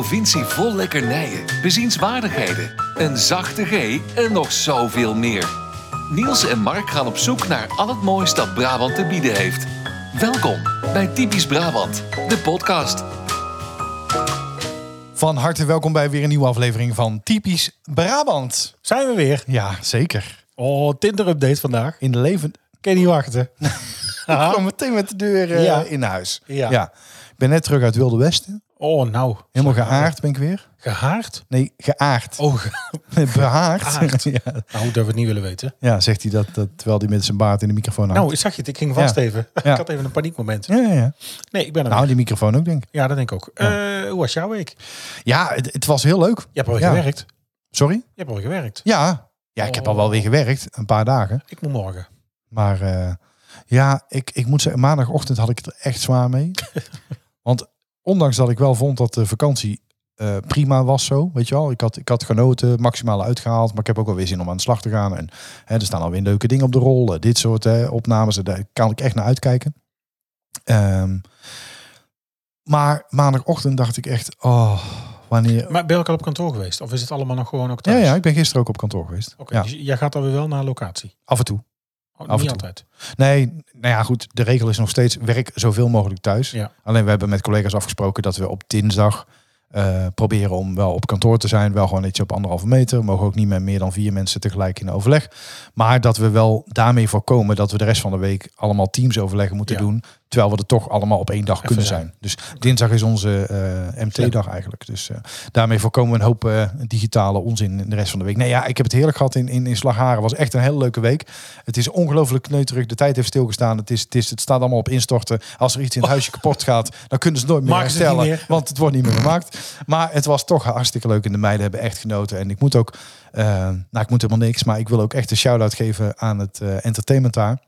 Provincie vol lekkernijen, bezienswaardigheden, een zachte G en nog zoveel meer. Niels en Mark gaan op zoek naar al het moois dat Brabant te bieden heeft. Welkom bij Typisch Brabant, de podcast. Van harte welkom bij weer een nieuwe aflevering van Typisch Brabant. Zijn we weer. Ja, zeker. Oh, Tinder-update vandaag. In de leven. Ik kan niet wachten. Ik kwam meteen met de deur eh, Ja. in huis. Ja. Ik ben net terug uit Wilde Westen. Oh, nou. Helemaal geaard ben ik weer. Gehaard? Nee, geaard. Oh, Behaard. Geaard. ja. nou, dat we het niet willen weten. ja, zegt hij dat, dat terwijl hij met zijn baard in de microfoon hangt. Nou, zag je het? Ik ging vast Ja. even. Ja. Ik had even een paniekmoment. ja, ja, ja. Nee, ik ben er nou, weer. die microfoon ook denk ik. Ja, dat denk ik ook. Eh, hoe was jouw week? Je Ja, het, het was heel leuk. hebt alweer Ja. gewerkt. Sorry? Je hebt alweer gewerkt. Ja. Ja, ik heb al Oh. wel weer gewerkt. Een paar dagen. Ik moet morgen. Maar eh, ja, ik, ik moet zeggen, maandagochtend had ik het er echt zwaar mee. Want ondanks dat ik wel vond dat de vakantie eh, prima was zo, weet je wel. Ik had, ik had genoten, maximale uitgehaald, maar ik heb ook wel weer zin om aan de slag te gaan. En hè, er staan alweer leuke dingen op de rol, eh, dit soort hè, opnames, eh, daar kan ik echt naar uitkijken. Ehm, maar maandagochtend dacht ik echt, oh, wanneer... Maar ben je ook al op kantoor geweest? Of is het allemaal nog gewoon ook Ja, thuis? ja, ik ben gisteren ook op kantoor geweest. Oké, Ja, dus jij gaat alweer wel naar locatie? af en toe. Oh, en toe. niet altijd. Nee, nou ja, goed. De regel is nog steeds werk zoveel mogelijk thuis. Ja. Alleen we hebben met collega's afgesproken dat we op dinsdag eh, proberen om wel op kantoor te zijn. Wel gewoon ietsje op anderhalve meter. We mogen ook niet met meer dan vier mensen tegelijk in overleg. Maar dat we wel daarmee voorkomen dat we de rest van de week allemaal teams overleggen moeten Ja. doen. Terwijl we er toch allemaal op één dag kunnen zijn. zijn. Dus dinsdag is onze eh, MT-dag eigenlijk. Dus eh, daarmee voorkomen we een hoop eh, digitale onzin in de rest van de week. Nee ja, ik heb het heerlijk gehad in, in, in Slagharen. was echt een hele leuke week. Het is ongelooflijk kneuterig. De tijd heeft stilgestaan. Het, is, het, is, het staat allemaal op instorten. Als er iets in het huisje kapot gaat, dan kunnen ze het nooit meer Maken ze het herstellen. niet meer. Want het wordt niet meer gemaakt. Maar het was toch hartstikke leuk. En de meiden hebben echt genoten. En ik moet ook, eh, nou ik moet helemaal niks. Maar ik wil ook echt een shout-out geven aan het eh, entertainment daar.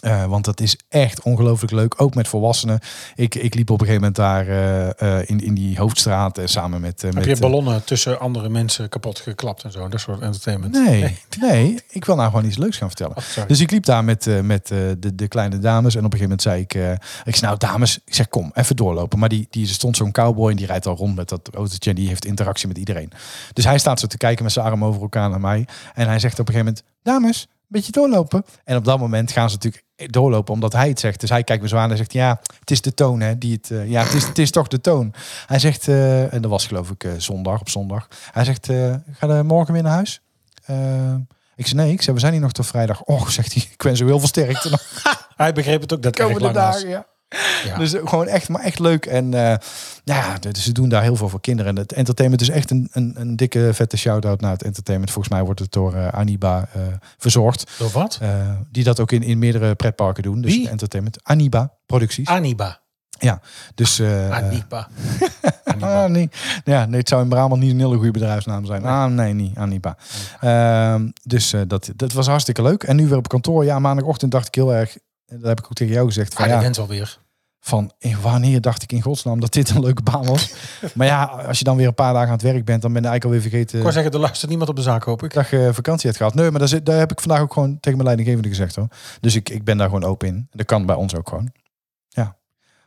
Eh, want dat is echt ongelooflijk leuk, ook met volwassenen. Ik, ik liep op een gegeven moment daar eh, eh, in, in die hoofdstraat eh, samen met... eh, met Heb je eh, ballonnen tussen andere mensen kapot geklapt en zo? Dat soort entertainment. eh, Nee, nee, ik wil nou gewoon iets leuks gaan vertellen. Oh, sorry. Dus ik liep daar met, eh, met eh, de, de kleine dames. En op een gegeven moment zei ik, eh, ik zei, nou dames, ik zeg kom, even doorlopen. Maar die, die er stond zo'n cowboy en die rijdt al rond met dat autootje. En die heeft interactie met iedereen. Dus hij staat zo te kijken met zijn arm over elkaar naar mij. En hij zegt op een gegeven moment, dames, een beetje doorlopen. En op dat moment gaan ze natuurlijk doorlopen omdat hij het zegt. Dus hij kijkt me zo aan en zegt, ja, het is de toon hè, die het... eh, ja, het is, het is toch de toon. Hij zegt, eh, en dat was geloof ik eh, zondag, op zondag. Hij zegt, eh, ga er morgen weer naar huis? Eh, ik zei, nee, ik zei, we zijn hier nog tot vrijdag. Och, zegt hij, ik wens u heel veel sterkte. nog Hij begreep het ook dat de Ah, ik erg komende lang was. dagen, ja. Ja. Dus eh, gewoon echt, maar echt leuk. En eh, ja, dus ze doen daar heel veel voor kinderen. En het entertainment is echt een, een, een dikke, vette shout-out naar het entertainment. Volgens mij wordt het door eh, Aniba eh, verzorgd. Door wat? Eh, die dat ook in, in meerdere pretparken doen. Dus Wie? het entertainment. Aniba Producties. Aniba. dus, eh, Aniba. Ah, nee. Ja, nee, het zou in Brabant niet een hele goede bedrijfsnaam zijn. Ah, nee, niet. Anipa. Ehm dus eh, dat, dat was hartstikke leuk. En nu weer op kantoor. Ja, maandagochtend dacht ik heel erg... Dat heb ik ook tegen jou gezegd. Van, Ah, die ja, bent alweer. van eh, wanneer dacht ik in godsnaam dat dit een leuke baan was. maar ja, als je dan weer een paar dagen aan het werk bent... dan ben je eigenlijk alweer vergeten Ik wou zeggen, er luistert niemand op de zaak, hoop ik. dat je vakantie hebt gehad. Nee, maar daar, zit, daar heb ik vandaag ook gewoon tegen mijn leidinggevende gezegd. hoor. Dus ik, ik ben daar gewoon open in. Dat kan bij ons ook gewoon. Ja.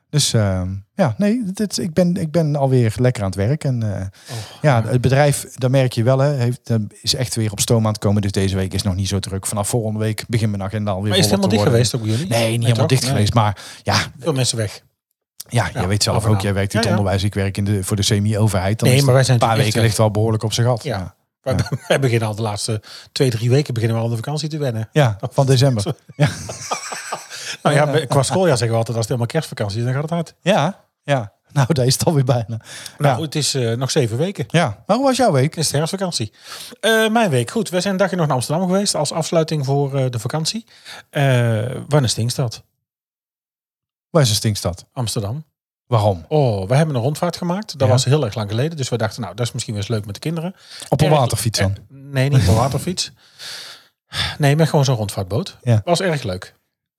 Dus ehm, ja, nee, dit, ik, ben, ik ben alweer lekker aan het werk. En eh, Oh, ja, het bedrijf, daar merk je wel, hè, heeft, eh, is echt weer op stoom aan het komen. Dus deze week is nog niet zo druk. Vanaf volgende week begin mijn agenda alweer maar is het voller helemaal te dicht worden. geweest ook bij jullie? Nee, niet helemaal toch? dicht Nee. geweest. Maar ja, Veel mensen weg. ja, Ja, je weet zelf ook, overnaam. jij werkt in het Ja, ja. onderwijs. Ik werk in de, voor de semi-overheid. Dan Nee, is maar wij zijn een paar natuurlijk weken echt ligt wel behoorlijk op zijn gat. Ja. ja. weg. Wij, wij beginnen al de laatste twee, drie weken beginnen we al aan de vakantie te wennen. Ja, van december. Nou ja, qua schooljaar zeggen we altijd, als het helemaal kerstvakantie is, dan gaat het hard. Ja, ja. Nou, daar is het alweer bijna. Nou, ja. het is eh, nog zeven weken. ja, maar hoe was jouw week? Het is de herfstvakantie. Eh, mijn week, goed. Wij zijn een dagje nog naar Amsterdam geweest als afsluiting voor eh, de vakantie. Eh wanneer stinkt dat? Waar is een stinkstad? Amsterdam. Waarom? Oh, we hebben een rondvaart gemaakt. Dat Ja. was heel erg lang geleden. Dus we dachten, nou, dat is misschien wel eens leuk met de kinderen. Op een Erg- waterfiets dan? Eh, Nee, niet op een waterfiets. Nee, met gewoon zo'n rondvaartboot. Ja. Was erg leuk.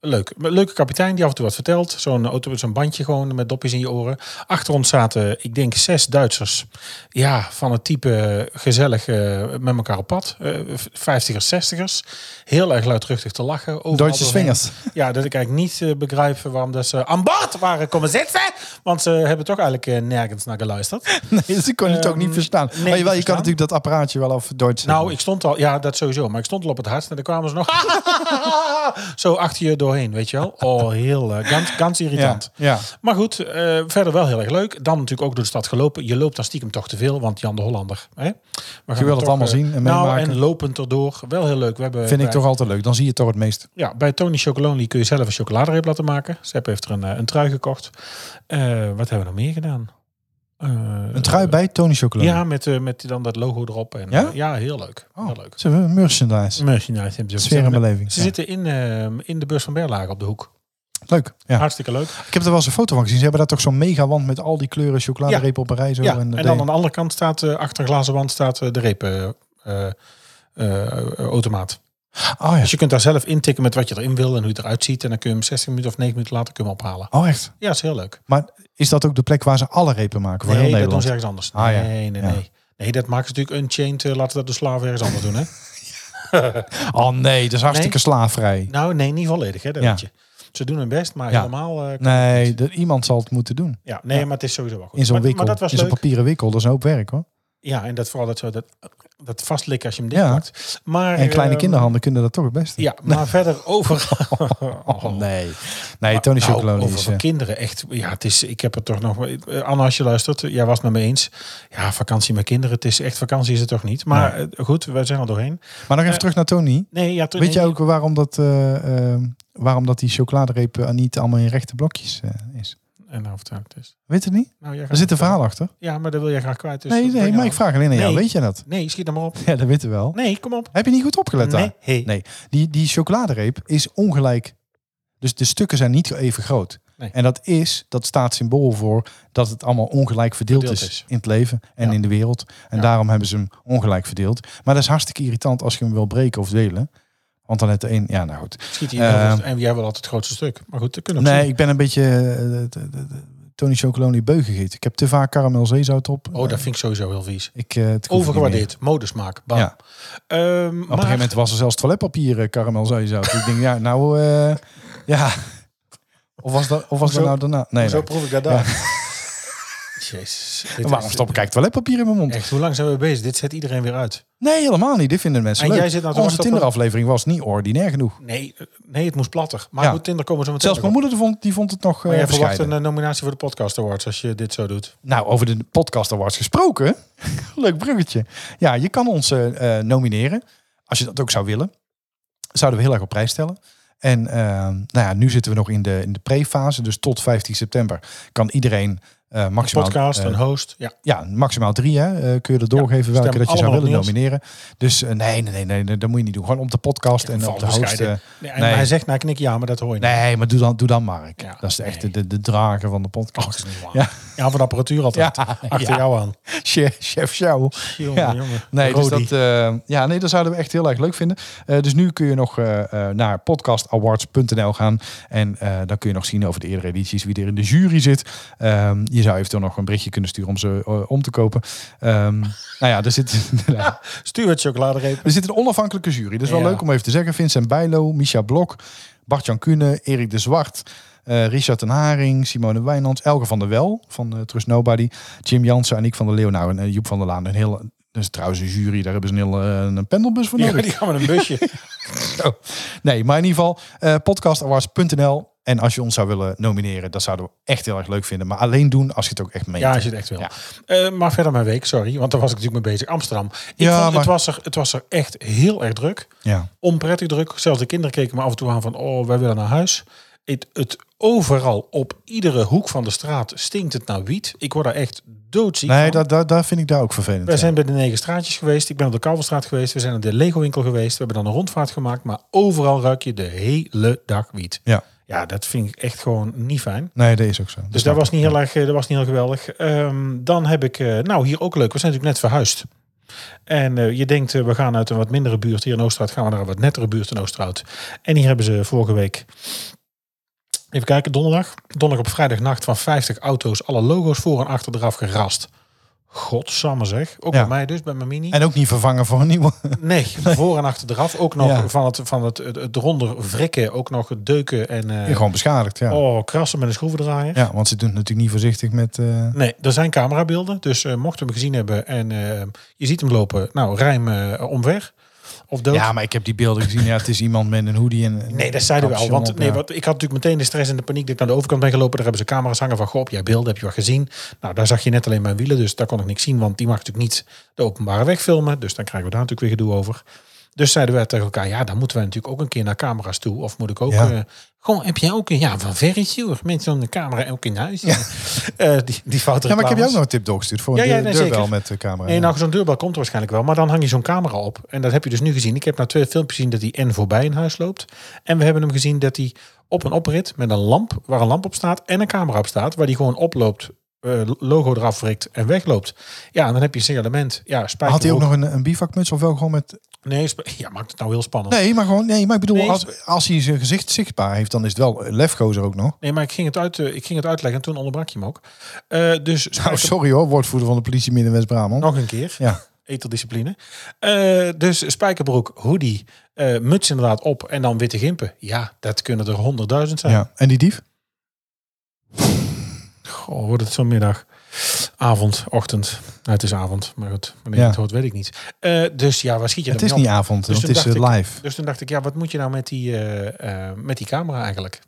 Leuk. Maar Leuke kapitein die af en toe wat vertelt. Zo'n auto met zo'n bandje gewoon met dopjes in je oren. Achter ons zaten, ik denk, zes Duitsers. Ja, van het type gezellig eh, met elkaar op pad. Eh, Vijftigers, zestigers. Heel erg luidruchtig te lachen. overal Duitse doorheen. swingers. Ja, dat ik eigenlijk niet eh, begrijp waarom dat ze aan boord waren komen zitten. Want ze hebben toch eigenlijk eh, nergens naar geluisterd. Nee, ze kon het ook niet Ehm, verstaan. nee, maar jawel, niet je verstaan. kan natuurlijk dat apparaatje wel af Duits Nou, ik stond al, ja, dat sowieso. Maar ik stond al op het hardst en dan kwamen ze nog zo achter je doorheen, weet je wel. Oh, heel, eh, gans, gans ja, irritant. ja. Maar goed, eh, verder wel heel erg leuk. Dan natuurlijk ook door de stad gelopen. Je loopt dan stiekem toch te veel, want Jan de Hollander. Hè? We gaan wil het toch, allemaal eh, zien en Nou, meemaken. en lopend erdoor. Wel heel leuk. We hebben Eh, vind ik bij- toch altijd leuk. Dan zie je toch het meest. Ja, bij Tony Chocolonely kun je zelf een chocoladereep laten maken. Sepp heeft er een, eh, een trui gekocht. Eh, wat hebben we nog meer gedaan? Eh, Een trui bij Tony Chocolade. Ja, met, eh, met dan dat logo erop. En, Ja? eh, ja, heel leuk. Oh, Heel leuk. ze hebben merchandise. Merchandise hebben ze. Sfeer en beleving. Mm. Ze Ja. zitten in, ehm, in de bus van Berlage op de hoek. Leuk. Ja. Hartstikke leuk. Ik heb er wel eens een foto van gezien. Ze hebben daar toch zo'n mega wand met al die kleuren chocoladereep op een rij. Zo ja, en, en, dan aan de andere kant staat, eh, achter een glazen wand, staat eh, de eh, repenautomaat. Oh ja. eh, dus je kunt daar zelf intikken met wat je erin wil en hoe het eruit ziet. En dan kun je hem 60 minuten of 9 minuten later kun je hem ophalen. Oh echt? Ja, is heel leuk. Maar is dat ook de plek waar ze alle repen maken voor nee, heel dat doen Nederland? ze ergens anders. Ah, ja. Nee, nee, Ja. nee. Nee, dat maken ze natuurlijk unchained. eh, laten we dat de slaven ergens anders doen, hè? Oh nee, dat is hartstikke slaafvrij. Nou, nee, niet volledig, hè? Dat Ja. weet je. Ze doen hun best, maar Ja. helemaal... eh, Nee, dat, iemand zal het moeten doen. ja, nee, maar het is sowieso wel goed. In zo'n maar, maar wikkel, dat was in zo'n leuk. papieren wikkel. Dat is een hoop werk hoor. Ja, en dat vooral dat, zo, dat, dat vastlikken als je hem Ja. dichtpakt. Maar, En kleine ehm, kinderhanden kunnen dat toch het beste. Ja, maar verder over... Oh nee. Nee, Tony Nou, Chocolonely over is... voor eh, kinderen echt. Ja, het is, ik heb het toch nog. eh, Anna, als je luistert, jij was het met me eens. Ja, vakantie met kinderen. Het is echt vakantie, is het toch niet? Maar eh, goed, we zijn er doorheen. Maar Eh, nog even terug naar Tony. Nee, ja, toen- Weet je nee, ook waarom dat, eh, eh, waarom dat die chocoladereep eh, niet allemaal in rechte blokjes eh, is? En nou, vertel het eens. Weet het niet? Nou, jij gaat Er zit een het vertellen. verhaal achter. Ja, maar dat wil jij graag kwijt. Dus Nee, nee, breng maar ik het vraag alleen aan jou. Nee. Weet je dat? aan. Nee, schiet hem maar op. Ja, dat weten we wel. Nee, kom op. Heb je niet goed opgelet daar? Nee. Hey. Nee, die, die chocoladereep is ongelijk. Dus de stukken zijn niet even groot. Nee. En dat is, dat staat symbool voor dat het allemaal ongelijk verdeeld, Verdeeld is is. in het leven en Ja. in de wereld. En Ja. daarom hebben ze hem ongelijk verdeeld. Maar dat is hartstikke irritant als je hem wil breken of delen. Want dan heeft de een, ja nou goed. Schiet hij in de Ehm. hoofd. En jij wil altijd het grootste stuk. Maar goed, dat kunnen we Nee, zien. ik ben een beetje eh, de- de- de- de Tony Chocolonely beu gegeten. Ik heb te vaak karamel zeezout op. Eh, Oh, dat vind ik sowieso heel vies. ik, eh, het hoeft niet meer. Overgewaardeerd. Modesmaak. Bam. Ja. Ehm, Op een gegeven maar- moment was er zelfs toiletpapier eh, karamel zeezout. ik denk, ja, nou, eh, ja. Of was dat, of was dat Hoezo? nou daarna? Nee, Zo nee. proef ik dat daar. Jezus. dit Waarom is- stop ik eigenlijk toiletpapier in mijn mond? Echt, hoe lang zijn we bezig? Dit zet iedereen weer uit. Nee, helemaal niet. Dit vinden mensen En leuk. jij zit nou te Onze wachten op een- Tinder-aflevering was niet ordinair genoeg. Nee, eh, nee het moest platter. Maar Ja. goed, Tinder komen zo meteen. Zelfs nog mijn moeder op. die vond, die vond het nog eh Maar jij verwacht bescheiden. een eh, nominatie voor de Podcast Awards als je dit zo doet. Nou, over de podcast awards gesproken. Leuk bruggetje. Ja, je kan ons eh, eh, nomineren. Als je dat ook zou willen. Zouden we heel erg op prijs stellen. En eh, nou ja, nu zitten we nog in de, in de pre-fase. Dus tot 15 september kan iedereen eh, Een maximaal... podcast, eh, een host. Ja. ja, maximaal drie hè, eh, kun je er doorgeven Ja, welke stem dat je zou allemaal op willen Niels. nomineren. Dus eh, nee, nee, nee, nee, nee, dat moet je niet doen. Gewoon op de podcast en op valt de host. bescheiden. eh, Nee, en nee. Hij zegt, nou knik ja, maar dat hoor je niet. nee, maar doe dan, doe dan Mark. Ja, dat is echt nee. de, de drager van de Oh, dat podcast. is niet waar. Ja. Ja. van de apparatuur altijd. Ja, Achter ja. jou aan. Chef, chef show. Jongen, Ja. jongen. Nee, dus Rodi. dat, eh, ja, nee, dat zouden we echt heel erg leuk vinden. Eh, dus nu kun je nog eh, eh, naar podcastawards.nl gaan. En eh, dan kun je nog zien over de eerdere edities wie er in de jury zit. Ehm, je zou eventueel nog een berichtje kunnen sturen om ze eh, om te kopen. Ehm, nou ja, er zit... Stuur het chocoladereep. Er zit een onafhankelijke jury. Dat is wel Ja. leuk om even te zeggen. Vincent Bijlo, Micha Blok, Bart-Jan Kuhne, Erik de Zwart, eh, Richard ten Haring, Simone Wijnands, Elke van der Wel van eh, Trust Nobody, Jim Jansen, Aniek van der Leeuw nou, en eh, Joep van der Laan. Een heel, dat is trouwens een jury, daar hebben ze een heel eh, een pendelbus voor Ja, nodig. die gaan met een busje. Oh. Nee, maar in ieder geval eh, podcastawards.nl. En als je ons zou willen nomineren, dat zouden we echt heel erg leuk vinden. Maar alleen doen als je het ook echt meent. Ja, als je het echt wil. Ja. Eh, maar verder mijn week, sorry. Want daar was ik natuurlijk mee bezig. Amsterdam. Ik Ja, vond, maar- het, was er, het was er echt heel erg druk. Ja. onprettig druk. Zelfs de kinderen keken me af en toe aan van, oh, wij willen naar huis. Het, het overal, op iedere hoek van de straat stinkt het naar wiet. Ik word daar echt doodziek Nee, van. dat, dat, dat vind ik daar ook vervelend. Wij ja. zijn bij de Negen Straatjes geweest. Ik ben op de Kalverstraat geweest. We zijn naar de Lego-winkel geweest. We hebben dan een rondvaart gemaakt. Maar overal ruik je de hele dag wiet. Ja. Ja, dat vind ik echt gewoon niet fijn. Nee, dat is ook zo. Dus dat was niet heel erg, eh, dat was niet heel geweldig. Ehm, dan heb ik, eh, nou hier ook leuk. We zijn natuurlijk net verhuisd. En eh, je denkt, eh, we gaan uit een wat mindere buurt hier in Oosterhout, gaan we naar een wat nettere buurt in Oosterhout. En hier hebben ze vorige week, even kijken, donderdag. Donderdag op vrijdagnacht van 50 auto's, alle logo's voor en achter eraf gerast. Godsamme zeg. Ook Ja. bij mij dus, bij mijn mini. En ook niet vervangen voor een nieuwe. Nee, voor en achter eraf. Ook nog Ja. van, het, van het, het, het ronder wrikken, ook nog het deuken en eh, Gewoon beschadigd, ja. oh, krassen met een schroevendraaier. Ja, want ze doen het natuurlijk niet voorzichtig met... eh, Nee, er zijn camerabeelden. Dus eh, mochten we hem gezien hebben en eh, je ziet hem lopen, nou, rijm eh, omver. Of dood. Ja, maar ik heb die beelden gezien. Ja, het is iemand met een hoodie en... en Nee, dat zeiden we al. capuchon Want op, nee, ja. wat, ik had natuurlijk meteen de stress en de paniek dat ik naar de overkant ben gelopen. Daar hebben ze camera's hangen van, goh, op jij beelden, heb je wat gezien? Nou, daar zag je net alleen mijn wielen, dus daar kon ik niks zien. Want die mag natuurlijk niet de openbare weg filmen. Dus dan krijgen we daar natuurlijk weer gedoe over. Dus zeiden we tegen elkaar, ja, dan moeten wij natuurlijk ook een keer naar camera's toe. Of moet ik ook... Ja. eh, gewoon, heb jij ook een... Ja, van verretje hoor. Mensen aan de camera ook in huis. Eh, die, die fouten Ja, maar ik heb jou reclames. ook nog een tip doorgestuurd voor Ja, een ja, deur- nee, deurbel zeker. met de camera. Nee, nou, zo'n deurbel komt er waarschijnlijk wel. Maar dan hang je zo'n camera op. En dat heb je dus nu gezien. Ik heb na twee filmpjes gezien dat hij en voorbij in huis loopt. En we hebben hem gezien dat hij op een oprit met een lamp, waar een lamp op staat en een camera op staat, waar die gewoon oploopt, eh, logo eraf wrikt en wegloopt. Ja, en dan heb je een signalement. Ja, spijt Had hij me ook nog een, een bivakmuts of wel gewoon met... Nee, sp- ja, maakt het nou heel spannend. Nee. Nee, maar gewoon... Nee, maar ik bedoel, Nee, als, als hij zijn gezicht zichtbaar heeft, dan is het wel een lefgozer ook nog. maar ik ging, het uit, eh, ik ging het uitleggen en toen onderbrak je hem ook. Eh, dus spijt Nou, me- sorry hoor, woordvoerder van de politie Midden-West-Brabant. nog een keer. Ja. Eteldiscipline. Eh, dus spijkerbroek, hoodie, eh, muts inderdaad op en dan witte gimpen. Ja, dat kunnen er honderdduizend zijn. Ja. En die dief? Goh, wordt het zo'n middag. Avond, ochtend. Nou, het is avond, maar goed. Wanneer Ja. je het hoort, weet ik niet. Eh, dus ja, waar schiet je Het dan is mee niet op? avond, Dus want het toen is eh, dacht ik- live. Dus toen dacht ik, ja, wat moet je nou met die, eh, eh, met die camera eigenlijk?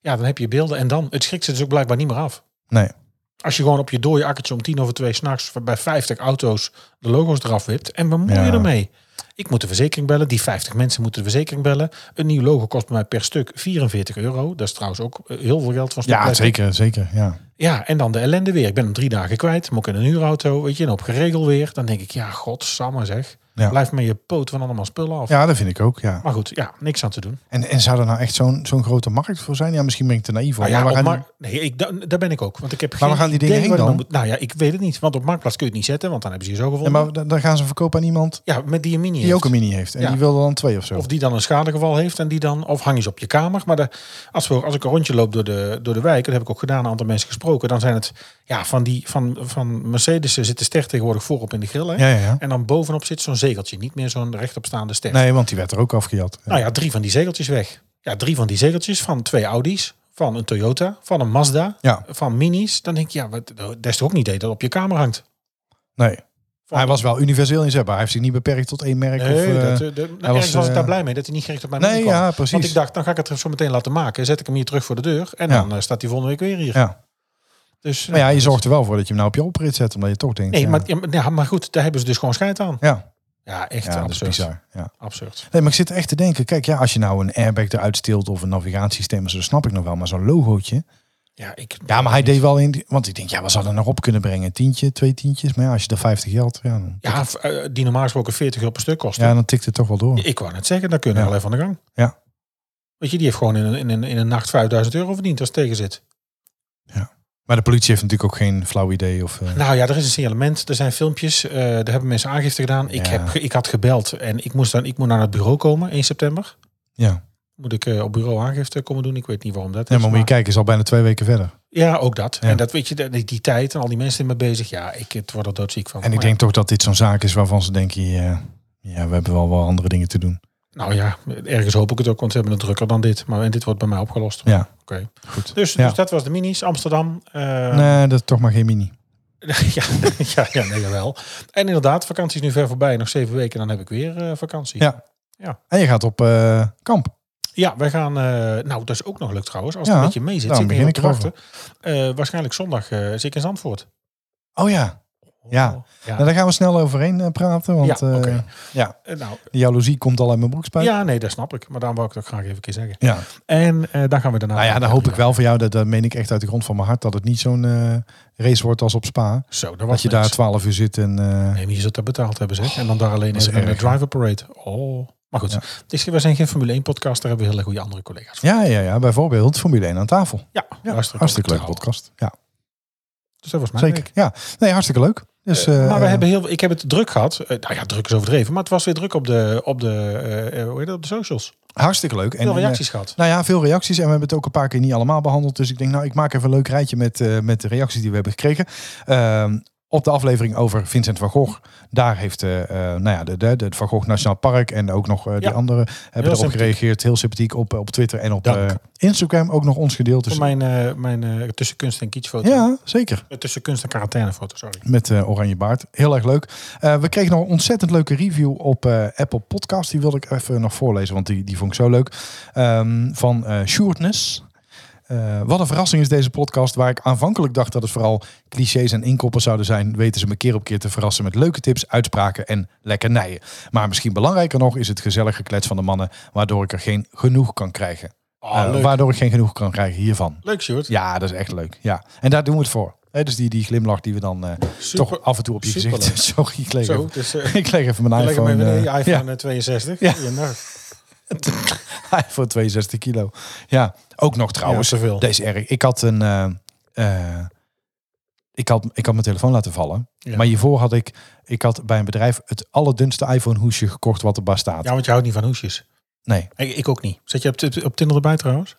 Ja, dan heb je beelden en dan. Het schrikt ze dus ook blijkbaar niet meer af. Nee. Als je gewoon op je dode akkertje om tien over twee s'nachts bij 50 auto's de logo's eraf wipt. En waar moet Ja. je ermee? Ik moet de verzekering bellen. Die 50 mensen moeten de verzekering bellen. Een nieuw logo kost mij per stuk 44 euro. Dat is trouwens ook eh, heel veel geld van zo'n Ja, plek. zeker, zeker. Ja. Ja, en dan de ellende weer. Ik ben hem drie dagen kwijt. Moet ik in een huurauto, weet je, en op geregel weer. Dan denk ik, ja, godsamme zeg. Ja. Blijf met je poot van allemaal spullen af. ja, dat vind ik ook, ja. Maar goed, ja, niks aan te doen. En, en zou er nou echt zo'n zo'n grote markt voor zijn? Ja, misschien ben ik te naïef. hoor, Nou ja, maar we op gaan mark- nee, ik, da- daar ben ik ook. Want ik heb waar geen gaan die idee dingen heen waar dan? moet- Nou ja, ik weet het niet. Want op Marktplaats kun je het niet zetten, want dan hebben ze je zo Ja, gevonden. Ja, maar da- dan gaan ze verkopen aan iemand met die een mini die heeft. ook een mini heeft. En Ja. die wil er dan twee of zo. Of die dan een schadegeval heeft en die dan... Of hang je ze op je kamer. Maar de, als, we, als ik een rondje loop door de, door de wijk... dat heb ik ook gedaan, een aantal mensen gesproken... dan zijn het... Ja, van, die, van, van Mercedes zitten ster tegenwoordig voorop in de grill. Hè? Ja, ja, ja. En dan bovenop zit zo'n zegeltje. Niet meer zo'n rechtopstaande ster. Nee, want die werd er ook afgejat. Ja. Nou ja, drie van die zegeltjes weg. Ja, drie van die zegeltjes van twee Audi's, van een Toyota, van een Mazda, Ja. van minis. Dan denk ik, ja, wat, dat is toch ook niet idee dat op je kamer hangt. Nee. Hij was wel universeel inzetbaar. Hij heeft zich niet beperkt tot één merk. Nee, of, eh, dat, eh, de- nou, ergens was, was ik eh, daar blij mee dat hij niet gericht op mijn Nee, mini kwam. ja, precies. Want ik dacht, dan ga ik het er zo meteen laten maken. Zet ik hem hier terug voor de deur en Ja. dan eh, staat hij volgende week weer hier. Ja. Dus, eh, Maar ja, je zorgt er wel voor dat je hem nou op je oprit zet. Omdat je toch denkt... Nee, ja. maar, ja, maar- ja, maar goed, daar hebben ze dus gewoon scheid aan. Ja, Ja, echt ja dat is absurd. bizar. Ja. absurd. Nee, maar ik zit echt te denken. Kijk, ja, als je nou een airbag eruit steelt of een navigatiesysteem, en zo snap ik nog wel. Maar zo'n logootje. Ja, ik, Ja, maar hij deed wel in. die- Want ik denk, ja, we zouden nog op kunnen brengen. Een tientje, twee tientjes. Maar ja, als je er 50 geld, ja, dan, ja, v- eh, die normaal gesproken 40 euro per stuk kost. ja, dan tikt het toch wel door. Ik wou net zeggen, dan kunnen we Ja. wel even aan de gang. Ja. Weet je, die heeft gewoon in een, in een, in een nacht 5000 euro verdiend als het tegen zit. Maar de politie heeft natuurlijk ook geen flauw idee. Of, eh, Nou ja, er is een signalement, er zijn filmpjes, eh, daar hebben mensen aangifte gedaan. Ik, Ja. heb, ge- ik had gebeld en ik moest, dan, ik moet naar het bureau komen 1 september. ja. Moet ik eh, op bureau aangifte komen doen? Ik weet niet waarom dat ja, is. maar moet je kijken, is al bijna twee weken verder. ja, ook dat. Ja. En dat weet je, die, die tijd en al die mensen die mee bezig. Ja, ik het word er doodziek van. En ik Maar denk toch dat dit zo'n zaak is waarvan ze denken, ja, ja we hebben wel wel andere dingen te doen. Nou ja, ergens hoop ik het ook, want ze hebben het drukker dan dit. Maar en dit wordt bij mij opgelost. Ja, Oké. goed. Dus, Ja. dus dat was de minis, Amsterdam. eh, nee, dat is toch maar geen mini. Ja, ja, ja nee, jawel. En inderdaad, vakantie is nu ver voorbij. Nog zeven weken en dan heb ik weer eh, vakantie. Ja. Ja. En je gaat op eh, kamp. Ja, wij gaan... eh, nou, dat is ook nog leuk trouwens. Als Ja. het een beetje mee zit, Nou, zit ik begin heel ik te wachten. Eh, waarschijnlijk zondag eh zit ik in Zandvoort. Oh ja, Ja. Oh, ja. nou, daar gaan we snel overheen eh, praten. Want Ja, eh, oké. ja, Eh, nou, de jaloezie komt al uit mijn broekspijp. ja, nee, dat snap ik. Maar daarom wou ik het ook graag even een keer zeggen. Ja. En eh, dan gaan we daarna... Nou ja, dan hoop ik wel voor jou, dat, dat meen ik echt uit de grond van mijn hart, dat het niet zo'n eh, race wordt als op Spa. Zo, dan Dat was je daar 12 uur zit en... eh, Nee, maar je zult dat betaald hebben, zeg. en dan daar alleen Oh, dat is even een erg, driver parade. Oh. Maar goed, Ja. het is- we zijn geen Formule 1-podcast. Daar hebben we hele goede andere collega's. ja, ja, ja, bijvoorbeeld Formule 1 aan tafel. Ja, Ja, hartstikke, hartstikke leuke leuk. podcast. Ja, Dus dat was mijn zeker. Ja, nee, hartstikke leuk. Dus, eh, Maar we hebben heel, ik heb het druk gehad. Eh, nou ja, druk is overdreven. Maar het was weer druk op de, op de, eh, eh, hoe heet dat, op de socials. hartstikke leuk. Veel eh, reacties gehad. Nou ja, veel reacties. En we hebben het ook een paar keer niet allemaal behandeld. Dus ik denk, nou, ik maak even een leuk rijtje met, eh, met de reacties die we hebben gekregen. Ehm, op de aflevering over Vincent van Gogh. Daar heeft eh, eh, nou ja, de, de, de Van Gogh Nationaal Park en ook nog eh, die Ja. anderen hebben erop sympathiek. gereageerd. Heel sympathiek op, op Twitter en op Dank. eh, Instagram. Ook nog ons gedeeld. Dus, Voor mijn, eh, mijn eh, tussen kunst en kietsfoto. ja, zeker. Eh, Tussen kunst en quarantainefoto, sorry. Met eh, Oranje Baard. Heel erg leuk. Eh, we kregen nog een ontzettend leuke review op eh, Apple Podcast. Die wilde ik even nog voorlezen, want die, die vond ik zo leuk. Ehm, van eh Shortness. Eh, wat een verrassing is deze podcast. Waar ik aanvankelijk dacht dat het vooral clichés en inkoppen zouden zijn, weten ze me keer op keer te verrassen met leuke tips, uitspraken en lekkernijen. Maar misschien belangrijker nog is het gezellig geklets van de mannen, waardoor ik er geen genoeg kan krijgen. Eh, Ah, leuk. waardoor ik geen genoeg kan krijgen hiervan. Leuk, Sjoerd. Ja, dat is echt leuk. Ja. En daar doen we het voor. Hè, dus die, die glimlach die we dan eh, Super- toch af en toe op je superleuk. gezicht... Sorry, ik leg, Zo, even, dus eh, ik leg even mijn leg hem iPhone... even in je eh, iPhone eh, 62. Ja. Ja. nou, Ja, iPhone 62 kilo. Ja, ook nog trouwens. eh, Ja, te veel. Deze erg. Ik had een... eh, eh, ik, had, ik had mijn telefoon laten vallen. Ja. Maar hiervoor had ik... Ik had bij een bedrijf het allerdunste iPhone hoesje gekocht wat erbij staat. ja, want je houdt niet van hoesjes. Nee, Ik, ik ook niet. Zet je op, Ti- op Tinder erbij trouwens?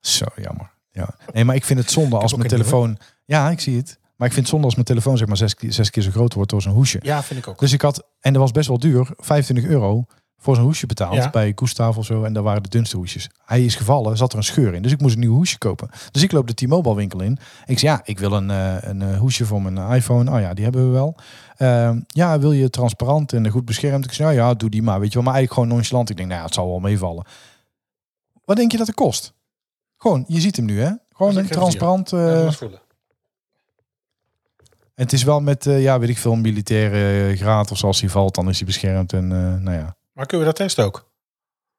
zo jammer. Ja. Nee, maar ik vind het zonde als ook mijn een nieuwe. telefoon... Ja, ik zie het. Maar ik vind het zonde als mijn telefoon zeg maar zes, keer- zes keer zo groot wordt door zo'n hoesje. Ja, vind ik ook. Dus ik had, en dat was best wel duur, 25 euro voor zo'n hoesje betaald Ja. bij Gustav of zo. En daar waren de dunste hoesjes. Hij is gevallen, zat er een scheur in. Dus ik moest een nieuw hoesje kopen. Dus ik loop de T-Mobile winkel in. Ik zei, ja, ik wil een, eh, een eh, hoesje voor mijn iPhone. Oh ja, die hebben we wel. Ehm, ja, wil je transparant en goed beschermd? Ik zei, nou ja, doe die maar. Weet je wel, maar eigenlijk gewoon nonchalant. Ik denk, nou ja, het zal wel meevallen. Wat denk je dat het kost? Gewoon, je ziet hem nu, hè? Gewoon ik een geef het transparant... eh, Ja, dat was voelen. en het is wel met, eh, ja, weet ik veel, militaire eh, graad of zoals hij valt, dan is hij beschermd. En eh, nou ja, Maar kunnen we dat testen ook?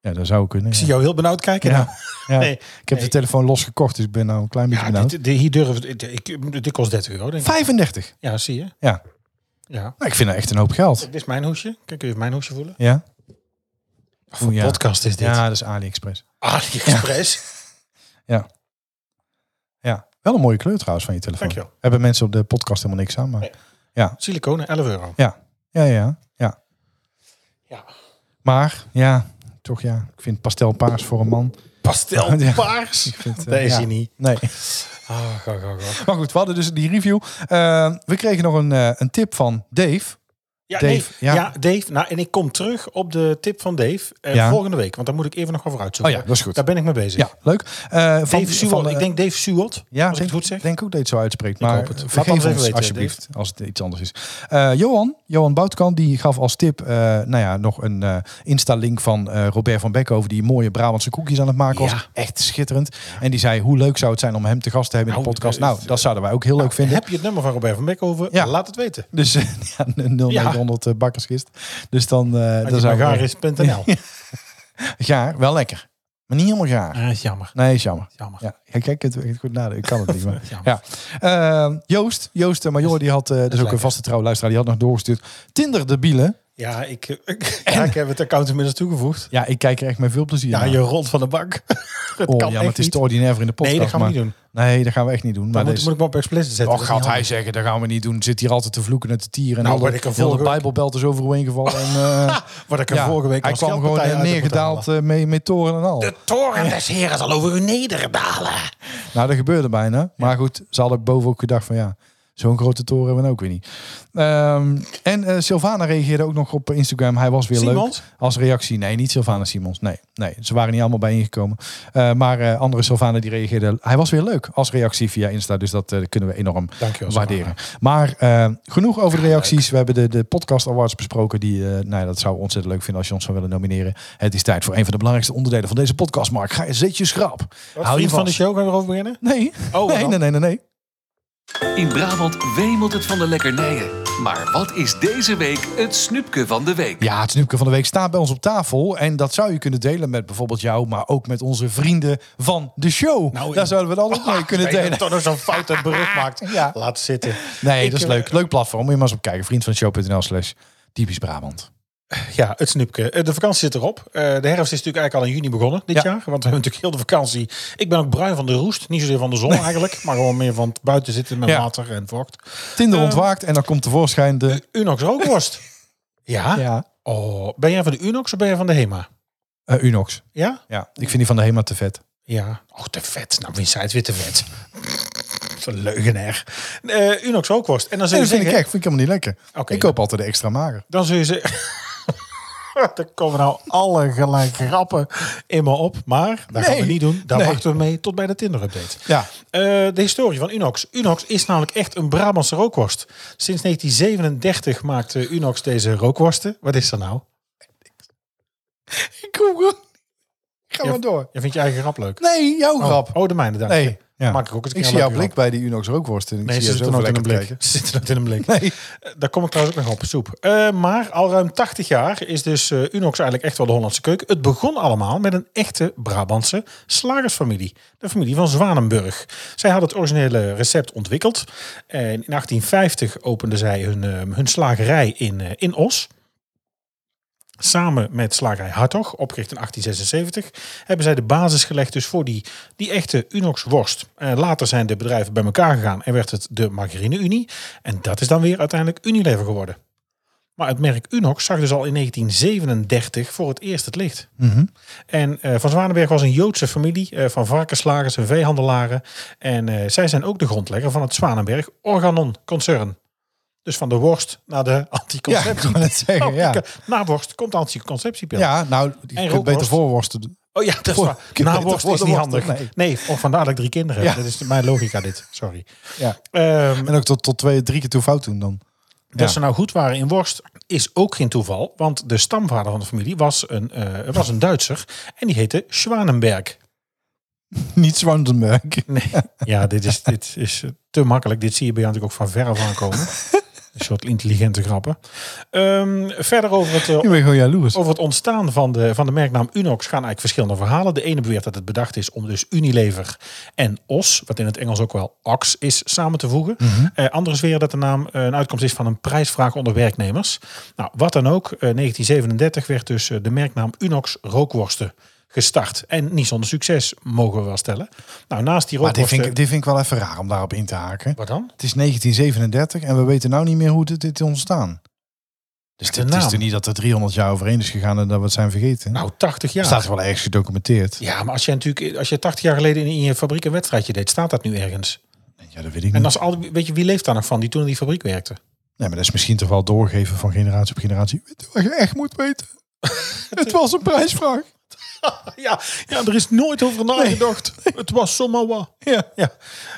ja, dat zou kunnen. Ik ja. zie jou heel benauwd kijken. Ja. nou. Ja, Nee, ik heb nee. de telefoon losgekocht, dus ik ben nou een klein beetje Ja, benauwd. dit, dit- hier durven we- dit- ik, dit kost 30 euro, denk ik. 35. Ja, zie je? Ja. Ja. Nou, ik vind dat echt een hoop geld. Dit is mijn hoesje. Kijk, kun je even mijn hoesje voelen? Ja? Voor ja. podcast is dit. ja, dat is AliExpress. AliExpress. Ja, wel een mooie kleur trouwens van je telefoon. Dankjewel. Hebben mensen op de podcast helemaal niks aan, maar Nee. Siliconen, 11 euro. ja, ja, ja. Ja. Maar, ja, toch ja, ik vind pastelpaars voor een man. Ja. Pastel paars. Ik vind, eh, Dat is ja. hij niet. Nee. Ah, ga, ga, ga. Maar goed, we hadden dus die review. Eh, we kregen nog een, eh, een tip van Dave. Ja, Dave, Dave. ja. ja. Dave. Nou, en ik kom terug op de tip van Dave eh, Ja. volgende week. Want daar moet ik even nog over Oh uitzoeken. ja, dat is goed. Daar ben ik mee bezig. Ja, leuk. Eh, van, Dave Suwot. eh, ik denk Dave Suwot. Ja, denk, als ik het goed zeg. denk ook dat je het zo uitspreekt. Ik Maar hoop het. Laat vergeef anders ons even weten, alsjeblieft als het iets anders is. Eh, Johan, Johan Boutkant, die gaf als tip eh, nou ja, nog een eh, Insta-link van eh, Robert van Beckhoven... die mooie Brabantse koekjes aan het maken was. Ja. Echt schitterend. En die zei, hoe leuk zou het zijn om hem te gast te hebben in de Nou, podcast? eh, Nou, dat zouden wij ook heel leuk vinden. Heb je het nummer van Robert van Beckhoven? Ja. Laat het weten. Dus eh, ja, 0900 eh, bakkerskist. Dus dan... eh dat zou Magaris.nl. Gaar, wel lekker. Maar niet helemaal gaar. Ah, is jammer. Nee, is jammer. jammer. Ja, ja, kijk, het het goed nadenken. Ik kan het niet. Maar, ja. Jammer. Eh, Joost, Joost de Major, die had, eh dat is ook een lekker. vaste trouwluisteraar, die had nog doorgestuurd. Tinder de bielen. Ja, ik, ik, ja, ik heb het account inmiddels toegevoegd. Ja, ik kijk er echt met veel plezier Ja, naar. je rolt van de bank. Het oh, kan ja, maar het is niet. te ordinair voor in de podcast. Nee, dat gaan we maar- niet doen. Nee, dat gaan we echt niet doen. Dan Maar moet, deze... moet ik me op explicit zetten. Och, Dat is gaat niet hij handig. zeggen, dat gaan we niet doen. Zit hier altijd te vloeken en te tieren. En Nou, heel, ben ik de, er heel de vorige- Bijbelbelt is overheen gevallen. En, eh, Wat ik er ja, vorige week hij als kwam gewoon schelpartij eh, uit heb neergedaald moeten eh, mee, met toren en al. halen. De toren des heren zal over u nederdalen. Nou, dat gebeurde bijna. Maar goed, ze hadden boven ook gedacht van ja, zo'n grote toren hebben we ook weer niet. Ehm, en eh, Sylvana reageerde ook nog op Instagram. Hij was weer Simons? leuk. Als reactie. Nee, niet Sylvana Simons. Nee, nee. Ze waren niet allemaal bijeengekomen. Eh, maar eh, andere Sylvana die reageerde. Hij was weer leuk als reactie via Insta. Dus dat eh, kunnen we enorm Dankjewel, Sylvana. waarderen. Maar eh, genoeg over de reacties. We hebben de, de podcast awards besproken. Die, eh, nou ja, dat zou ontzettend leuk vinden als je ons zou willen nomineren. Het is tijd voor een van de belangrijkste onderdelen van deze podcast, Mark. Ga, zet je schrap. Hou je van de vast. show? Gaan we erover beginnen? Nee. Oh, nee, wel. nee, nee, nee, nee. In Brabant wemelt het van de lekkernijen. Maar wat is deze week het snoepje van de week? Ja, het snoepje van de week staat bij ons op tafel. En dat zou je kunnen delen met bijvoorbeeld jou, maar ook met onze vrienden van de show. Nou, Daar ik- zouden we dan ook mee kunnen Dat je delen. dan toch nog zo'n foute brug maakt. Ja. Laat zitten. Nee, Ik, dat is eh, leuk. Leuk platform. Moet je maar eens op kijken. Vriend van show.nl slash typisch Brabant. Ja, het snoepje. Eh, De vakantie zit erop. Eh, De herfst is natuurlijk eigenlijk al in juni begonnen dit Ja. jaar. Want we hebben natuurlijk heel de vakantie. Ik ben ook bruin van de roest. Niet zozeer van de zon eigenlijk. Maar gewoon meer van het buiten zitten met Ja. water en vocht. Tinder Ehm, ontwaakt en dan komt tevoorschijn de... Unox rookworst. ja? Ja. Oh, ben jij van de Unox of ben jij van de Hema? eh, Unox. Ja? Ja, ik vind die van de HEMA te vet. Ja. Oh, te vet. Nou, wie zei het weer te vet? Zo'n leugenaar. Eh Unox rookworst. En dan zul Nee, je dat vind ik zeggen... echt. Vind ik helemaal niet lekker. Oké, ik koop altijd de extra mager. Dan zul je zeggen... Er komen nou alle gelijk grappen in me op. Maar dat gaan Nee. we niet doen. Daar Nee. wachten we mee tot bij de Tinder-update. Ja. Eh, de historie van Unox. Unox is namelijk echt een Brabantse rookworst. Sinds 1937 maakt eh, Unox deze rookworsten. Wat is er nou? Ik kom gewoon... Ga Ja. maar door. Je vindt je eigen grap leuk? Nee, jouw Oh, grap. Oh, de mijne, dank je. Nee. Ja. Maak ik ook eens een Ik keer zie jouw een blik bij leuke die Unox rookworst. En ik Nee, zie jou ze zitten zo nooit in een lekker blik. kijken. Ze zitten nooit in een blik. Nee. Daar kom ik trouwens ook nog op, soep. Eh, maar al ruim 80 jaar is dus eh, Unox eigenlijk echt wel de Hollandse keuken. Het begon allemaal met een echte Brabantse slagersfamilie. De familie van Zwanenburg. Zij hadden het originele recept ontwikkeld. En in 1850 openden zij hun, eh, hun slagerij in, eh, in Os. Samen met slagerij Hartog, opgericht in 1876, hebben zij de basis gelegd dus voor die, die echte Unox worst. Eh, later zijn de bedrijven bij elkaar gegaan en werd het de Margarine Unie. En dat is dan weer uiteindelijk Unilever geworden. Maar het merk Unox zag dus al in 1937 voor het eerst het licht. En eh, Van Zwanenberg was een Joodse familie eh, van varkenslagers en veehandelaren. En eh, zij zijn ook de grondlegger van het Zwanenberg Organon Concern. Dus van de worst naar de Ja, ik anticonceptie. kan het zeggen. Oh, ja. ik, eh, na worst komt anticonceptiepil. Ja, nou, je kunt rookworst. beter voorworsten doen. Oh ja, dat is Voor- waar. ik weet Na het, worst voor is de niet worst, handig. Nee, nee. of vandaar dat ik drie kinderen heb. Ja. Dat is mijn logica dit. Sorry. Ja. Ehm, En ook tot, tot twee, drie keer toe fout doen dan. Dat Ja. ze nou goed waren in worst is ook geen toeval. Want de stamvader van de familie was een, eh, was een Duitser. En die heette Schwanenberg. Niet Zwandenberg. Nee. Ja, dit is, dit is eh, te makkelijk. Dit zie je bij jou natuurlijk ook van verre van komen. Een soort intelligente grappen. Ehm, verder over het, eh, Ik ben gewoon jaloers. Over het ontstaan van de, van de merknaam Unox gaan eigenlijk verschillende verhalen. De ene beweert dat het bedacht is om dus Unilever en OS, wat in het Engels ook wel OX is, samen te voegen. Mhm. Eh, anderen zweren dat de naam eh, een uitkomst is van een prijsvraag onder werknemers. Nou, wat dan ook, eh, 1937 werd dus eh, de merknaam Unox Rookworsten gestart. En niet zonder succes, mogen we wel stellen. Nou, naast die Maar dit rookworsten... vind, ik, dit vind ik wel even raar om daarop in te haken. Wat dan? Het is 1937 en we weten nou niet meer hoe dit, dit is ontstaan. Dus De dit, het naam. is er niet dat er 300 jaar overheen is gegaan en dat we het zijn vergeten. Nou, 80 jaar. Dat staat wel ergens gedocumenteerd. Ja, maar als je natuurlijk als je 80 jaar geleden in, in je fabriek een wedstrijdje deed, staat dat nu ergens? Ja, dat weet ik niet. En als al, die- weet je, wie leeft daar nog van die toen in die fabriek werkte? Nee, maar dat is misschien toch wel doorgeven van generatie op generatie. Weet je wat je echt moet weten? het was een prijsvraag. Ja, ja, er is nooit over nagedacht. Het was zomaar wat. Ja. Ja.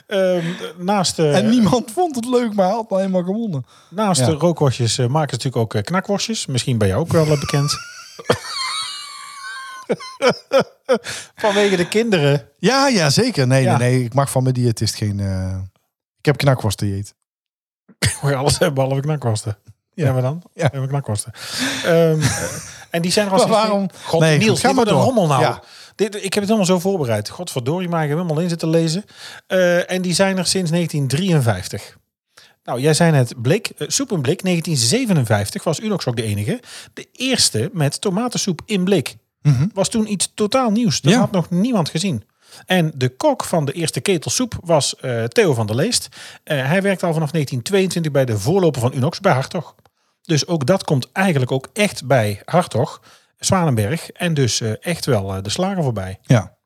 Ehm, naast eh, En niemand vond het leuk, maar had nou eenmaal gewonnen. naast ja. de rookworstjes eh, maken ze natuurlijk ook eh, knakworstjes. Misschien ben je ook wel eh, bekend. Vanwege de kinderen. Ja, ja, zeker. Nee, Ja. nee, nee. Ik mag van mijn diëtist geen... eh, Ik heb knakworst dieet. Moet je alles hebben, behalve knakworsten. Ja, we dan? Ja. Hebben we knakworsten. Ehm, en die zijn er als Maar waarom- God, Nee, Niels, goed, ga dit maar wordt een door. rommel nou. Ja. Dit, ik heb het helemaal zo voorbereid. Godverdorie, maar ik heb helemaal in zitten lezen. Eh, en die zijn er sinds 1953. Nou, jij zei net blik, eh, soep in blik. 1957 was Unox ook de enige. De eerste met tomatensoep in blik. Was toen iets totaal nieuws. Dat Mhm. Ja. had nog niemand gezien. En de kok van de eerste ketel soep was eh, Theo van der Leest. Eh, hij werkte al vanaf 1922 bij de voorloper van Unox bij Hartog. Dus ook dat komt eigenlijk ook echt bij Hartog, Zwanenberg. En dus eh, echt wel eh, de slager voorbij. Ja.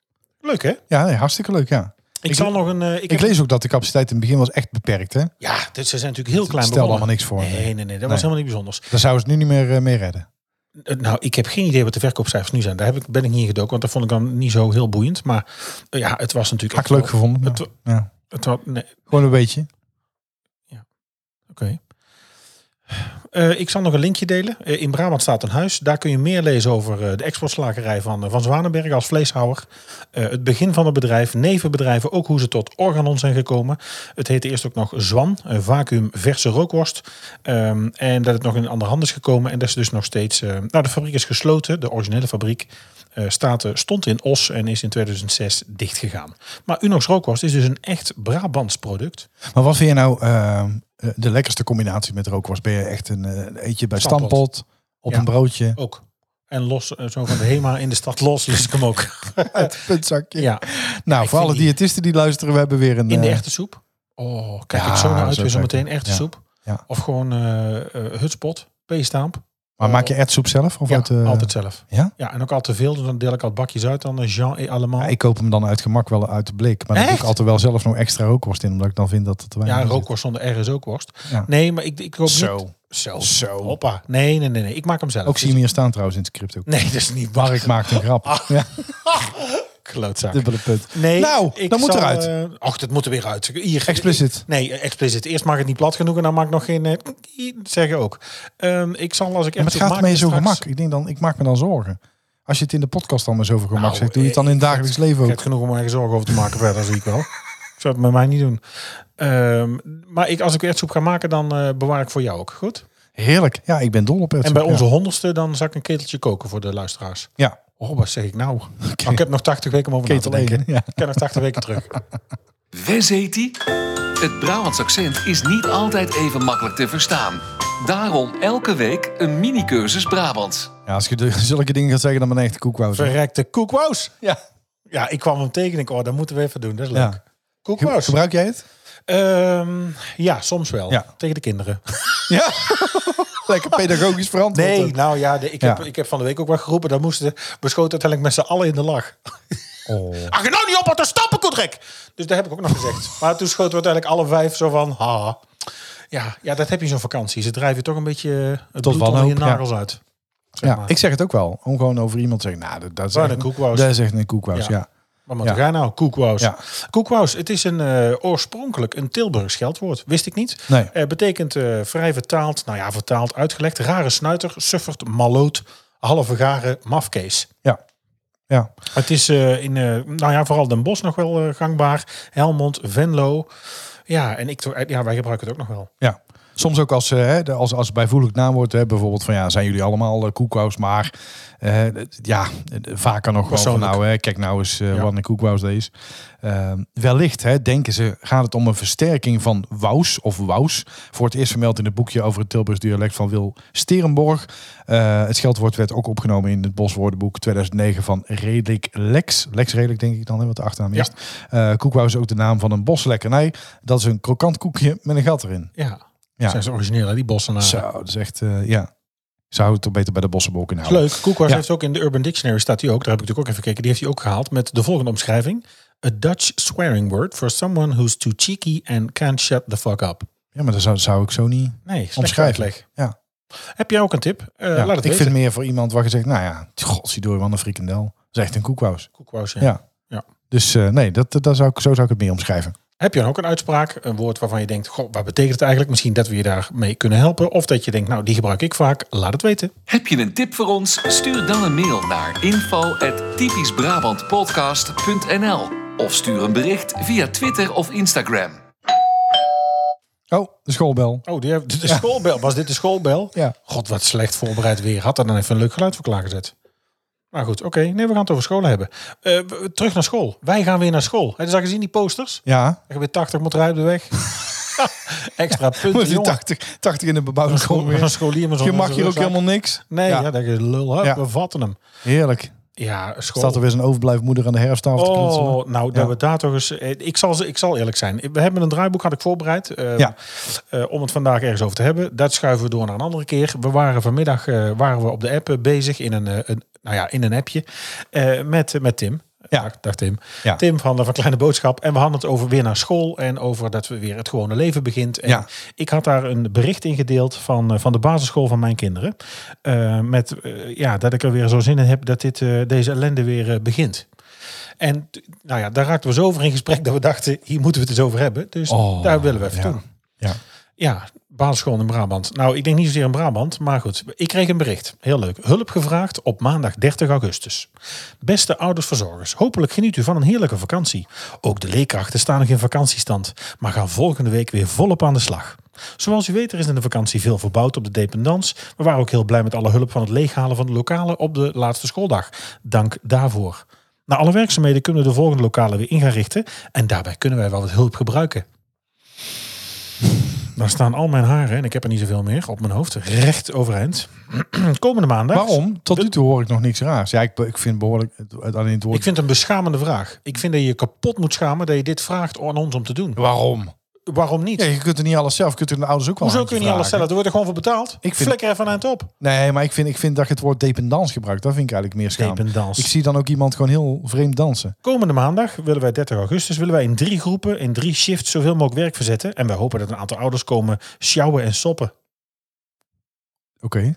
Leuk hè? Ja, nee, hartstikke leuk, ja. Ik, zal nog een... eh, ik Ik heb- lees ook dat de capaciteit in het begin was echt beperkt, hè? ja, dus ze zijn natuurlijk heel klein stelde begonnen. allemaal niks voor, Nee, nee. nee, nee. dat was Nee. helemaal niet bijzonders. Daar zouden ze nu niet meer eh, mee redden. Eh, Nou, ik heb geen idee wat de verkoopcijfers nu zijn. Daar heb ik, ben ik niet in gedoken, want dat vond ik dan niet zo heel boeiend. Maar eh, ja, het was natuurlijk... Had ik echt leuk wel- gevonden. maar- Het- ja. Het had, nee, Gewoon een beetje. Oké. Eh, ik zal nog een linkje delen. Eh, in Brabant staat een huis. Daar kun je meer lezen over eh, de exportslagerij van, eh, van Zwanenberg als vleeshouwer. Eh, het begin van het bedrijf, nevenbedrijven, ook hoe ze tot Organon zijn gekomen. Het heette eerst ook nog Zwan, eh, vacuüm verse rookworst. Ehm, en dat het nog in een ander hand is gekomen. En dat is dus nog steeds... eh, nou, de fabriek is gesloten, de originele fabriek. eh, staat, eh, stond in Os en is in 2006 dichtgegaan. Maar Unox Rookworst is dus een echt Brabants product. Maar wat vind je nou eh, de lekkerste combinatie met rookworst? Ben je echt een eh, eetje bij Stamppot. stampot? op Ja. een broodje. Ook. En los, eh, zo van de HEMA in de stad los, lust ik hem ook. Het puntzakje. ja, Nou, voor vind alle die- diëtisten die luisteren, we hebben weer een... in de eh, echte soep. Oh, kijk Ja, ik zo naar uit zo weer zo lekker. meteen. Echte Ja. soep. Ja. Of gewoon eh eh, hutspot, peestaamp. Maar maak je ertsoep zelf? Of Ja, uit, eh, altijd zelf. Ja? Ja, en ook al te veel, dus dan deel ik al bakjes uit. Dan eh, Jean et Ja, Allemand. ik koop hem dan uit gemak wel uit de blik. Maar dan doe ik Echt? altijd wel zelf nog extra rookworst in. Omdat ik dan vind dat het te weinig Ja, in zit. rookworst zonder R is ook worst. Ja. Nee, maar ik, ik koop niet... Zo. Zo. Zo. Hoppa. Nee, nee, nee, nee. Ik maak hem zelf. Ook zie je Dus- hem hier staan trouwens in het script ook. Nee, Ah. dat is niet waar. Mark maakt een grap. Ja, Klootzak. dubbele punt. Nee, Nou, dat moet eruit. eh, och, dat moet er weer uit. Hier, Explicit. Nee, eh, explicit. Eerst mag het niet plat genoeg en dan mag ik nog geen... eh, zeggen ook. Ehm, ik zal als ik Maar echt het gaat mee mij zo gemak. Ik denk dan, ik maak me dan zorgen. Als je het in de podcast allemaal zo gemak Nou, zegt, doe je het dan in het dagelijks leven Ik ook. heb genoeg om me eigen zorgen over te maken verder, zie ik wel. Ik zou het met mij niet doen. Ehm, maar ik, als ik ertsoep ga maken, dan eh, bewaar ik voor jou ook. Goed? Heerlijk. Ja, ik ben dol op het. En bij onze ja. honderdste, dan zal ik een keteltje koken voor de luisteraars. Ja. Oh, wat zeg ik nou? Maar ik heb nog 80 weken om over ketel na te denken. één, ja. Ik heb nog 80 weken terug. Wes heet die? Het Brabants accent is niet altijd even makkelijk te verstaan. Daarom elke week een mini-cursus Brabants. Ja, als je de- zulke dingen gaat zeggen, dan ben ik echt koekwous. Verrekte koekwoos. Ja. Ja, ik kwam hem tegen. Ik oh, dat moeten we even doen. Dat is leuk. ja. Ge- Koekwoos. Gebruik jij het? Ehm, ja, soms wel. Ja. Tegen de kinderen. Ja. Lekker pedagogisch verantwoord. Nee, nou ja, de- ik, Ja. Heb, ik heb van de week ook wel geroepen. Dat moesten beschoten uiteindelijk met z'n allen in de lach. Oh. Ach, nou niet op, want dan stap ik rek. Dus dat heb ik ook nog gezegd. Maar toen schoten we uiteindelijk alle vijf zo van, ha. Ja, ja dat heb je in zo'n vakantie. Ze drijven je toch een beetje eh, het bloed onder je wanhoop, ja. nagels uit. Zeg Ja, maar. ik zeg het ook wel. Om gewoon over iemand te zeggen, nou, dat, dat is Wat echt een koekwous. Dat is echt een koekwous, Ja. ja. maar wat ja. ga je nou? Koekwaus. Ja. Koekwaus, het is een, eh, oorspronkelijk een Tilburgs geldwoord. Wist ik niet. Nee. Eh, betekent eh, vrij vertaald, nou ja, vertaald, uitgelegd. Rare snuiter, suffert, malloot, halve garen, mafkees. Ja. Ja. Het is eh, in, eh, nou ja, vooral Den Bosch nog wel eh, gangbaar. Helmond, Venlo. Ja, en ik, toch- ja, wij gebruiken het ook nog wel. Ja. Soms ook als, eh, hè, de- als, als bijvoeglijk naamwoord, hè, bijvoorbeeld van ja, zijn jullie allemaal eh, koekwous, maar eh, d- ja, d- vaak kan nog wel van Persoonlijk. nou, hè, kijk nou eens eh, Ja. wat een koekwous dat is. Ehm, wellicht hè, denken ze, gaat het om een versterking van wous of wous. Voor het eerst vermeld in het boekje over het Tilburgs dialect van Wil Sterenborg. Eh, het scheldwoord werd ook opgenomen in het Boswoordenboek 2009 van Redelijk Lex. Lex Redelijk denk ik dan, hè, wat de achternaam Ja. is. Eh koekwous is ook de naam van een boslekkernij. Dat is een krokant koekje met een gat erin. Ja. Ja. Zijn ze origineel, hè, die bossenaren. Zo, dat is echt, eh, ja. Zou het toch beter bij de bossenbol kunnen Is houden. Leuk. Koekwas Ja. heeft ook in de Urban Dictionary, staat die ook. Daar heb ik natuurlijk ook even gekeken. Die heeft hij ook gehaald met de volgende omschrijving. A Dutch swearing word for someone who's too cheeky and can't shut the fuck up. Ja, maar dat zou, zou ik zo niet Nee, slecht omschrijven. uitleg. Ja. Heb jij ook een tip? Eh, ja. Laat het ik weten. vind het meer voor iemand waar je zegt, nou ja, godziedoor, wat een frikandel. Dat is echt een koekhuis. Koekwaus, ja. Ja. Ja. Dus eh, nee, dat, dat zou ik, zo zou ik het meer omschrijven. Heb je dan ook een uitspraak, een woord waarvan je denkt, goh, wat betekent het eigenlijk? Misschien dat we je daarmee kunnen helpen. Of dat je denkt, nou, die gebruik ik vaak. Laat het weten. Heb je een tip voor ons? Stuur dan een mail naar info@typischbrabantpodcast.nl of stuur een bericht via Twitter of Instagram. Oh, de schoolbel. Oh, die heeft, de schoolbel. Was dit de schoolbel? Ja. God, wat slecht voorbereid weer. Had er dan even een leuk geluid voor klaargezet. Maar goed, oké. Nee, we gaan het over school hebben. Eh, w- terug naar school. Wij gaan weer naar school. Heb je dat al gezien, die posters? Ja. Er weer 80 motorij op de weg. Extra punten, Moet je jongen. 80, 80 in de bebouwde school Een weer. scholier met zo'n- Je mag zo'n hier ook rugzak. helemaal niks. Nee, ja. Ja. dat is lul. Hup, Ja. We vatten hem. Heerlijk. Ja, school. Staat er weer zo'n overblijfmoeder aan de herfsttafel te knutselen. Oh, nou, dat Ja. we daar toch eens... eh, Ik zal, ze- ik zal eerlijk zijn. We hebben een draaiboek, had ik voorbereid. eh, Ja. eh, om het vandaag ergens over te hebben. Dat schuiven we door naar een andere keer. We waren vanmiddag eh, waren we op de app eh, bezig. In een, eh, een, nou ja, in een appje. eh, met, met Tim. Ja. Dag, dag Tim. Ja. Tim van, eh, van Kleine Boodschap. En we hadden het over weer naar school. En over dat we weer het gewone leven begint. En Ja. ik had daar een bericht in gedeeld van, eh, van de basisschool van mijn kinderen. Eh, met eh, ja, dat ik er weer zo zin in heb dat dit, eh, deze ellende weer eh, begint. En t- nou ja, daar raakten we zo over in gesprek dat we dachten, hier moeten we het eens over hebben. Dus Oh, daar willen we ja. even doen. Ja. Ja, basisschool in Brabant. Nou, ik denk niet zozeer in Brabant, maar goed. Ik kreeg een bericht. Heel leuk. Hulp gevraagd op maandag 30 augustus. Beste oudersverzorgers, hopelijk geniet u van een heerlijke vakantie. Ook de leerkrachten staan nog in vakantiestand, maar gaan volgende week weer volop aan de slag. Zoals u weet, er is in de vakantie veel verbouwd op de dependance. We waren ook heel blij met alle hulp van het leeghalen van de lokalen op de laatste schooldag. Dank daarvoor. Na alle werkzaamheden kunnen we de volgende lokalen weer in gaan richten en daarbij kunnen wij wel wat hulp gebruiken. Dan staan al mijn haren, en ik heb er niet zoveel meer, op mijn hoofd recht overeind. Komende maandag. Waarom? Tot nu toe hoor ik nog niks raars. Ja, ik, be- ik vind behoorlijk het- het- alleen het woord. Ik vind het een beschamende vraag. Ik vind dat je je kapot moet schamen dat je dit vraagt aan ons om te doen. Waarom? Waarom niet? Ja, je kunt er niet alles zelf. Je kunt er de ouders ook wel Hoezo een kun je handje niet alles vragen. stellen? Er wordt er gewoon voor betaald. vind- Flikker even aan het op. Nee, maar ik vind, ik vind dat je het woord dependance gebruikt. Dat vind ik eigenlijk meer schaam. Dependance. Ik zie dan ook iemand gewoon heel vreemd dansen. Komende maandag willen wij 30 augustus willen wij in drie groepen, in drie shifts, zoveel mogelijk werk verzetten. En wij hopen dat een aantal ouders komen sjouwen en soppen. Oké.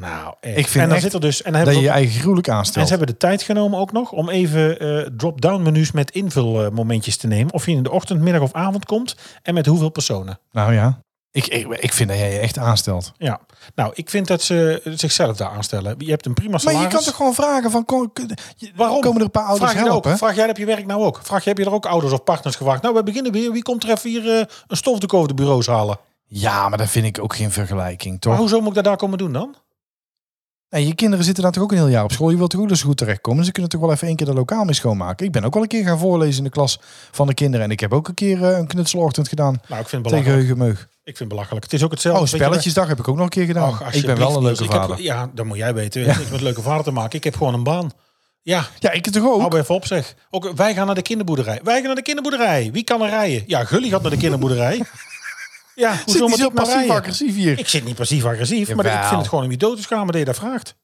Nou, echt. Ik vind en dan echt zit er dus. En dan Dat hebben je we je ook- eigen gruwelijk en aanstelt. ze hebben de tijd genomen ook nog om even eh, drop-down menu's met invulmomentjes te nemen. Of je in de ochtend, middag of avond komt en met hoeveel personen. Nou ja. Ik, ik, ik vind dat jij je echt aanstelt. Ja, nou, ik vind dat ze zichzelf daar aanstellen. Je hebt een prima Maar salaris. je kan toch gewoon vragen van... kom- kun- je- Waarom? Komen er een paar ouders Vraag je dat helpen? ook? Vraag jij dat op je werk nou ook? Vraag je, heb je er ook ouders of partners gevraagd? Nou, we beginnen weer. Wie komt er even hier eh, een stofdoek over de bureaus halen? Ja, maar dat vind ik ook geen vergelijking, Maar toch? hoezo moet ik dat daar komen doen dan? En je kinderen zitten daar toch ook een heel jaar op school. Je wilt toch ook dat ze goed terechtkomen. Ze kunnen toch wel even één keer de lokaal mee schoonmaken. Ik ben ook wel een keer gaan voorlezen in de klas van de kinderen. En ik heb ook een keer eh, een knutselochtend gedaan Nou, ik vind het tegen belachelijk. Heugemeug. Ik vind het belachelijk. Het is ook hetzelfde. Oh, Weet je wel- spelletjesdag heb ik ook nog een keer gedaan. Ach, ik ben wel een alsjeblieft, leuke Niels. Ik heb- vader. ja, dat moet jij weten. Het heeft niks met leuke vader te maken. Ik heb gewoon een baan. Ja, Ja, ik toch ook. hou even op zeg. Ook, eh, wij gaan naar de kinderboerderij. Wij gaan naar de kinderboerderij. Wie kan er rijden? Ja, Gully gaat naar de kinderboerderij. ja, Zit hoezo niet moet zo ik nou rijden? passief-agressief hier. Ik zit niet passief-agressief, maar ik Jawel. vind het gewoon om je dood te schamen dat je dat vraagt.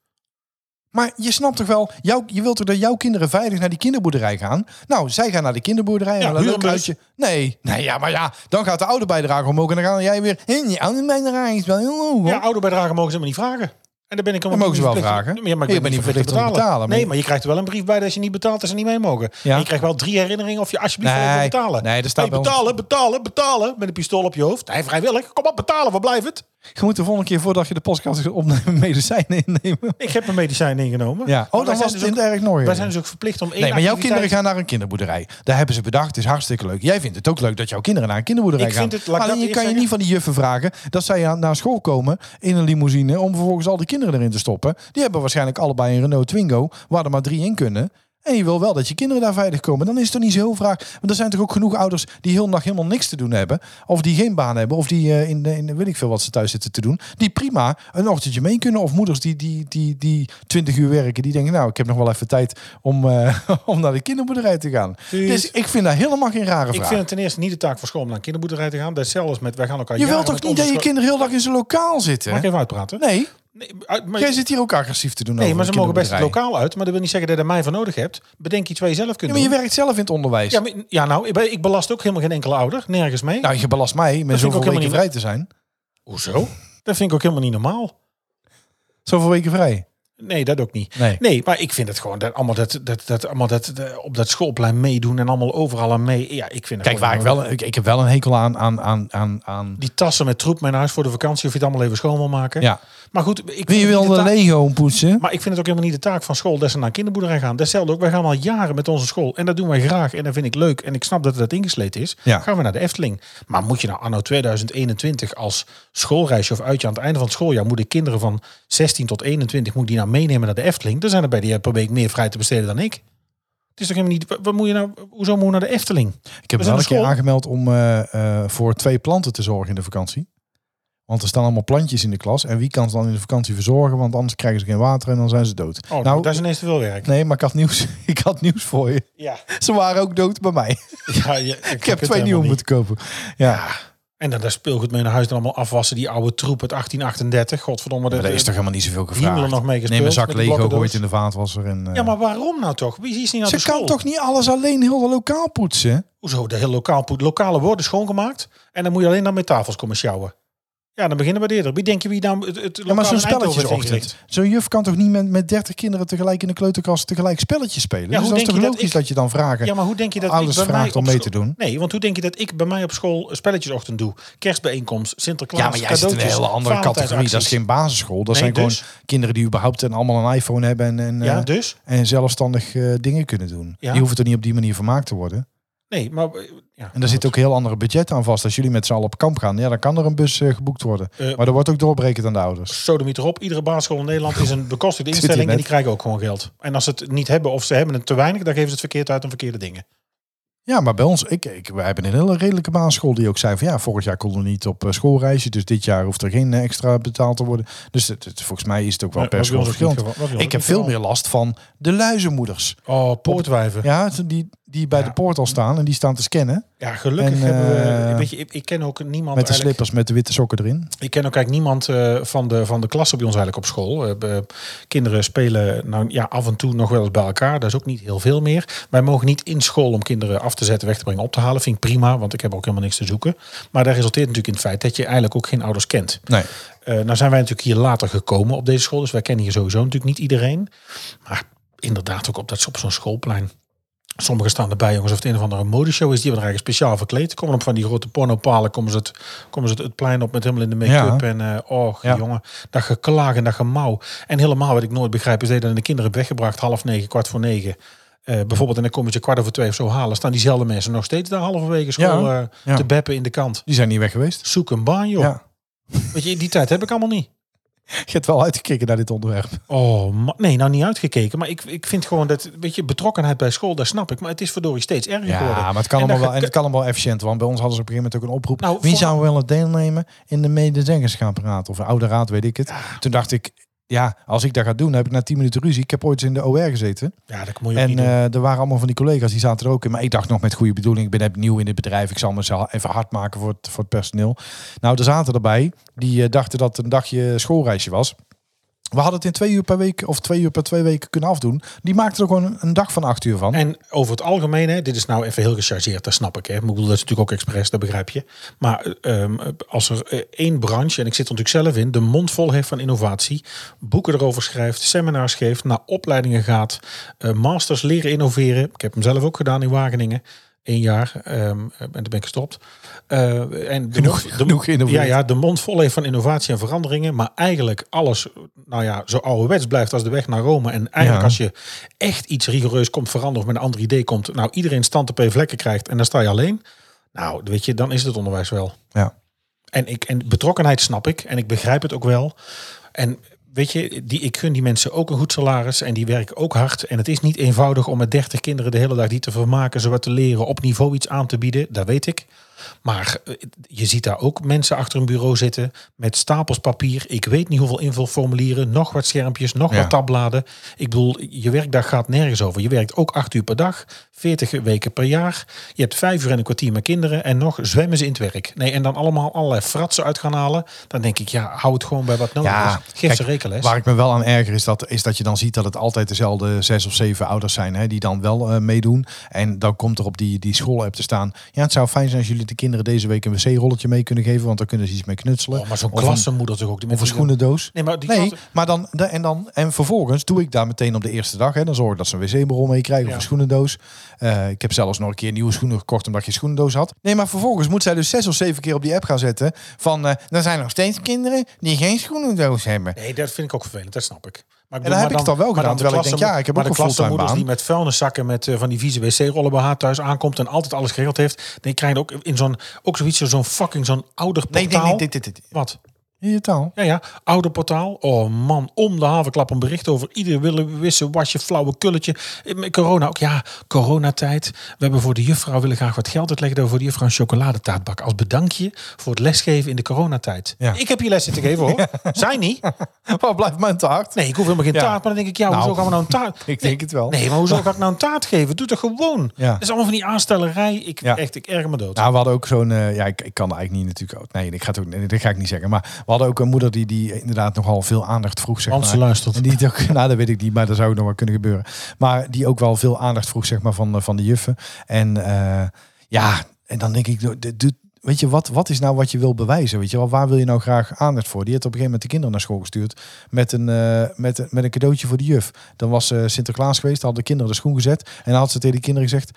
Maar je snapt toch wel, jouw, je wilt toch dat jouw kinderen veilig naar die kinderboerderij gaan? Nou, zij gaan naar de kinderboerderij en Ja, hebben een huur leuk een uitje. Nee, nee ja, maar ja, dan gaat de oude bijdrage omhoog en dan gaan jij weer... Hé, die oude bijdrage is wel heel hoog. hoor. Ja, ouderbijdragen mogen ze maar niet vragen. En dan ben ik Dat mogen ze wel vragen. Ja, maar ik ben, niet verplicht te betalen. maar- nee, maar je krijgt er wel een brief bij dat als je niet betaalt, dat ze niet mee mogen. Ja. En je krijgt wel drie herinneringen of je alsjeblieft Nee, wil betalen. nee, er staat Hey, wel- betalen, betalen, betalen. Met een pistool op je hoofd. Hij vrijwillig. Kom op, betalen, waar blijft het? Je moet de volgende keer voordat je de podcast gaat opnemen medicijnen innemen. Ik heb een medicijn ingenomen. Ja. Maar Oh, wij dan zijn was dus het in ook- de erg nooit. Wij zijn dus ook verplicht om één Nee, maar jouw activiteit- kinderen gaan naar een kinderboerderij. Daar hebben ze bedacht. Het is hartstikke leuk. Jij vindt het ook leuk dat jouw kinderen naar een kinderboerderij Ik gaan. vind het- laat ik Alleen dat je eerst kan je niet van die juffen vragen dat zij aan- naar school komen in een limousine om vervolgens al die kinderen erin te stoppen. Die hebben waarschijnlijk allebei een Renault Twingo waar er maar drie in kunnen. En je wil wel dat je kinderen daar veilig komen. Dan is het toch niet zo heel vraag. Want er zijn toch ook genoeg ouders die heel de dag helemaal niks te doen hebben. Of die geen baan hebben. Of die eh, in, de- in de- weet ik veel wat ze thuis zitten te doen. Die prima een ochtendje mee kunnen. Of moeders die, die, die, die 20 uur werken. Die denken nou ik heb nog wel even tijd om, eh, om naar de kinderboerderij te gaan. Precies. Dus ik vind daar helemaal geen rare Ik vraag. vind het ten eerste niet de taak voor school om naar een kinderboerderij te gaan. Dat is zelfs met, wij gaan elkaar Je wilt toch niet dat je kinderen heel dag in zijn lokaal Mag zitten? ik even uitpraten? Nee, Nee, uit- maar- jij zit hier ook agressief te doen. Nee, over maar ze een mogen best het kinderboerderij. lokaal uit. Maar dat wil niet zeggen dat je er mij voor nodig hebt. Bedenk iets wat je zelf kunt Ja, doen. maar je werkt zelf in het onderwijs. Ja, maar- ja, nou, ik ben- ik belast ook helemaal geen enkele ouder. Nergens mee. Nou, je belast mij met ik ook zoveel helemaal weken niet- vrij te zijn. hoezo? Dat vind ik ook helemaal niet normaal. Zoveel weken vrij. Nee, dat ook niet. Nee. Nee, maar ik vind het gewoon dat allemaal dat, dat, dat, allemaal dat, eh, op dat schoolplein meedoen en allemaal overal aan mee. Ja, ik vind het Kijk, gewoon waar ik wel, ik, ik heb wel een hekel aan, aan, aan, aan, aan. Die tassen met troep mee naar huis voor de vakantie, of je het allemaal even schoon wil maken. Ja. Maar goed, ik Wie vind het wil niet de de taak- Lego poetsen? Maar ik vind het ook helemaal niet de taak van school dat ze naar een kinderboerderij gaan. Datzelfde ook. Wij gaan al jaren met onze school. En dat doen wij graag. En dat vind ik leuk. En ik snap dat dat ingesleten is. Ja. Gaan we naar de Efteling. Maar moet je nou anno 2021 als schoolreisje of uitje aan het einde van het schooljaar... moet ik kinderen van 16 tot 21 moet ik die nou meenemen naar de Efteling? Dan zijn er bij die eh, per week meer vrij te besteden dan ik. Het is toch helemaal niet... wa- Wat moet je nou, hoezo moet je naar de Efteling? Ik heb We me wel zijn een op keer school. aangemeld om eh, eh, voor twee planten te zorgen in de vakantie. Want er staan allemaal plantjes in de klas. En wie kan ze dan in de vakantie verzorgen? Want anders krijgen ze geen water en dan zijn ze dood. Oh, nou, dat is ineens te veel werk. nee, maar ik had, nieuws, ik had nieuws voor je. Ja. Ze waren ook dood bij mij. ja, ja, Ik heb twee nieuwe moeten. moeten kopen. Ja, En dan daar speelgoed mee naar huis en allemaal afwassen. Die oude troep uit 1838. Godverdomme. maar dat- daar is toch helemaal niet zoveel Himmelen gevraagd. Eh, nog mee gespeeld Neem een zak met die Lego, gooi blokkendoos. het in de vaatwasser. En, eh, Ja, maar waarom nou toch? Wie is niet naar ze de kan school? toch niet alles alleen heel de lokaal poetsen? Hoezo? De hele lokaal, poet- lokale worden schoongemaakt. En dan moet je alleen dan met tafels komen sjouwen. Ja, dan beginnen we eerder. Wie denk je wie dan het, het Ja, maar zo'n spelletjes spelletjesochtend. Zo'n juf kan toch niet met, met 30 kinderen tegelijk in de kleuterkast tegelijk spelletjes spelen? hoe dus dat is denk toch je dat logisch dat, ik- je dan vragen. Ja, maar hoe denk je dat Ouders ik bij mij vraagt om op mee school- te doen. Nee, want hoe denk je dat ik bij mij op school een spelletjesochtend doe? Kerstbijeenkomst, Sinterklaas, Ja, maar jij zit in een cadeautjes, hele andere categorie. Dat is Valentijnsacties. geen basisschool. Dat Nee, zijn gewoon dus? kinderen die überhaupt en allemaal een iPhone hebben en, en, Ja, eh, dus? en zelfstandig eh, dingen kunnen doen. Ja. Die hoeven toch niet op die manier vermaakt te worden. Nee, maar... eh, Ja, En daar zit ook heel andere budget aan vast. Als jullie met z'n allen op kamp gaan, ja, dan kan er een bus eh, geboekt worden. Eh, maar dat wordt ook doorbrekend aan de ouders. Sodomiet erop. Iedere basisschool in Nederland is een bekostigde zit hier instelling en net. die krijgen ook gewoon geld. En als ze het niet hebben of ze hebben het te weinig, dan geven ze het verkeerd uit aan verkeerde dingen. Ja, maar bij ons, ik, ik, wij hebben een hele redelijke basisschool die ook zei van ja, vorig jaar konden we niet op eh, schoolreisje, dus dit jaar hoeft er geen eh, extra betaald te worden. Dus het, het- volgens mij is het ook wel Ja, per was bij school ons ook niet verschillend. geval- was Ik bij ons ook heb niet veel geval. meer last van de luizenmoeders. Oh, poortwijven. Ja, Ja, die, die bij Ja. de poort al staan en die staan te scannen gelukkig En, hebben we... eh, Weet je, ik, ik ken ook niemand met de eigenlijk- slippers met de witte sokken erin. Ik ken ook eigenlijk niemand eh, van, de, van de klasse bij ons eigenlijk op school. Eh, be- kinderen spelen nou, ja, af en toe nog wel eens bij elkaar. Dat is ook niet heel veel meer. Wij mogen niet in school om kinderen af te zetten, weg te brengen, op te halen. Vind ik prima, want ik heb ook helemaal niks te zoeken. Maar daar resulteert natuurlijk in het feit dat je eigenlijk ook geen ouders kent. Nee. Eh nou zijn wij natuurlijk hier later gekomen op deze school. Dus wij kennen hier sowieso natuurlijk niet iedereen. Maar inderdaad ook op, dat, op zo'n schoolplein. Sommigen staan erbij, jongens, of het een of andere modeshow is. Die hebben er eigenlijk speciaal verkleed. Komen op van die grote pornopalen, komen ze het, komen ze het, het plein op met helemaal in de make-up. Ja. En eh oh, Ja. jongen, dat geklaag en dat gemauw. En helemaal wat ik nooit begrijp, is dat je dan de kinderen hebt weggebracht half negen, kwart voor negen. Eh, bijvoorbeeld, en dan komen ze kwart over twee of zo halen. Staan diezelfde mensen nog steeds daar halverwege school Ja. eh, Ja. te beppen in de kant. Die zijn niet weg geweest. Zoek een baan, joh. Ja. Weet je, die tijd heb ik allemaal niet. Je hebt wel uitgekeken naar dit onderwerp. Oh, ma- nee, nou niet uitgekeken. Maar ik, ik vind gewoon dat, weet je, betrokkenheid bij school, daar snap ik. Maar het is verdorie steeds erger geworden. Ja, maar het kan, En dan allemaal wel, ge- en het kan allemaal wel efficiënt. Want bij ons hadden ze op een gegeven moment ook een oproep. Nou, Wie voor- zou wel het deelnemen in de medezeggenschapsraad of een oude raad, weet ik het. Toen dacht ik, ja, als ik dat ga doen, dan heb ik na 10 minuten ruzie. Ik heb ooit eens in de OR gezeten. Ja, dat moet je ook En niet doen. eh, er waren allemaal van die collega's, die zaten er ook in. Maar ik dacht nog met goede bedoeling, ik ben net nieuw in dit bedrijf. Ik zal mezelf even hard maken voor het, voor het personeel. Nou, er zaten erbij, die eh, dachten dat het een dagje schoolreisje was. We hadden het in twee uur per week of twee uur per twee weken kunnen afdoen. Die maakten er gewoon een, een dag van acht uur van. En over het algemeen, hè, dit is nou even heel gechargeerd, dat snap ik. Hè. Ik bedoel, dat is natuurlijk ook expres, dat begrijp je. Maar eh, ehm, als er eh, één branche, en ik zit er natuurlijk zelf in, de mond vol heeft van innovatie, boeken erover schrijft, seminars geeft, naar opleidingen gaat, eh, masters leren innoveren. Ik heb hem zelf ook gedaan in Wageningen. Eén jaar ehm, en toen ben ik gestopt. Eh, en de Genoeg- mond- genoeg geïnnoveerd. Ja, ja, de mond vol heeft van innovatie en veranderingen. Maar eigenlijk alles, nou ja, zo ouderwets blijft als de weg naar Rome. En eigenlijk Ja. als je echt iets rigoureus komt veranderen of met een ander idee komt. Nou, iedereen stand op één vlekken krijgt en dan sta je alleen. Nou, weet je, dan is het onderwijs wel. Ja. En, ik, en betrokkenheid snap ik en ik begrijp het ook wel. En weet je, die, ik gun die mensen ook een goed salaris en die werken ook hard. En het is niet eenvoudig om met 30 kinderen de hele dag die te vermaken, ze wat te leren, op niveau iets aan te bieden. Dat weet ik. Maar eh, je ziet daar ook mensen achter een bureau zitten met stapels papier. Ik weet niet hoeveel invulformulieren, nog wat schermpjes, nog Ja. wat tabbladen. Ik bedoel, je werkdag gaat nergens over. Je werkt ook acht uur per dag, 40 weken per jaar. Je hebt vijf uur en een kwartier met kinderen en nog zwemmen ze in het werk. Nee, en dan allemaal allerlei fratsen uit gaan halen. Dan denk ik, ja, hou het gewoon bij wat nodig Ja, Oh, is. Geef ze kijk, rekenles. Waar ik me wel aan erger is dat, is dat je dan ziet dat het altijd dezelfde zes of zeven ouders zijn hè, die dan wel eh, meedoen. En dan komt er op die, die school-app te staan. Ja, het zou fijn zijn als jullie de kinderen deze week een wc-rolletje mee kunnen geven, want dan kunnen ze iets mee knutselen. Oh, maar zo'n Of een- klassenmoeder toch ook. Die Of een mensen die- schoenendoos. Nee, maar die nee, klas- maar dan, da- en dan en vervolgens doe ik daar meteen op de eerste dag. Hè, dan zorg ik dat ze een wc-bron meekrijgen Ja. of een schoenendoos. Eh, ik heb zelfs nog een keer nieuwe schoenen gekocht omdat je schoenendoos had. Nee, maar vervolgens moet zij dus zes of zeven keer op die app gaan zetten. Van, eh er zijn nog steeds kinderen die geen schoenendoos hebben. Nee, dat vind ik ook vervelend, dat snap ik. Maar En dan heb ik het dan wel gedaan, terwijl ik denk, ja, ik heb ook een klassenmoeders fulltime baan. die met vuilniszakken met eh, van die vieze wc-rollen bij haar thuis aankomt en altijd alles geregeld heeft. Dan krijg je ook in zo'n, ook zoiets, zo'n fucking, zo'n ouderportaal. Nee, nee, nee, dit, dit, dit. Wat? In je taal. Ja, ja. Ouderportaal. Oh man, om de havenklap een bericht over ieder willen wissen, wasje, flauwe kulletje. Eh, met Corona ook, ja, coronatijd. We hebben voor de juffrouw willen graag wat geld uitleggen. dat we voor de juffrouw een chocoladetaartbak. Als bedankje voor het lesgeven in de coronatijd. Ja. Ik heb je les zitten geven hoor. Zij niet. Wat blijft mijn taart? Nee, ik hoef helemaal geen Ja. taart. Maar dan denk ik, ja, hoezo Nou, gaan we nou een taart? ik Nee, denk het wel. Nee, maar hoezo ga ik nou een taart geven? Doe het gewoon. Ja. Dat is allemaal van die aanstellerij. Ik, Ja. Echt, ik erger me dood. Nou, we hadden ook zo'n. eh, ja, ik, ik kan eigenlijk niet natuurlijk. ook- Nee, ik ga het ook, nee, dat ga ik niet zeggen. Maar we hadden ook een moeder die, die inderdaad nogal veel aandacht vroeg. Zeg Want ze maar. luistert. En die het ook, nou, dat weet ik niet, maar dat zou ook nog wel kunnen gebeuren. Maar die ook wel veel aandacht vroeg, zeg maar, van, eh, van de juffen. En eh, ja, en dan denk ik, doe- dit doet. Weet je, wat, wat is nou wat je wil bewijzen? Weet je wel, waar wil je nou graag aandacht voor? Die heeft op een gegeven moment de kinderen naar school gestuurd met een, eh, met, een- met een cadeautje voor de juf. Dan was eh, Sinterklaas geweest, hadden de kinderen de schoen gezet. En dan had ze tegen die kinderen gezegd,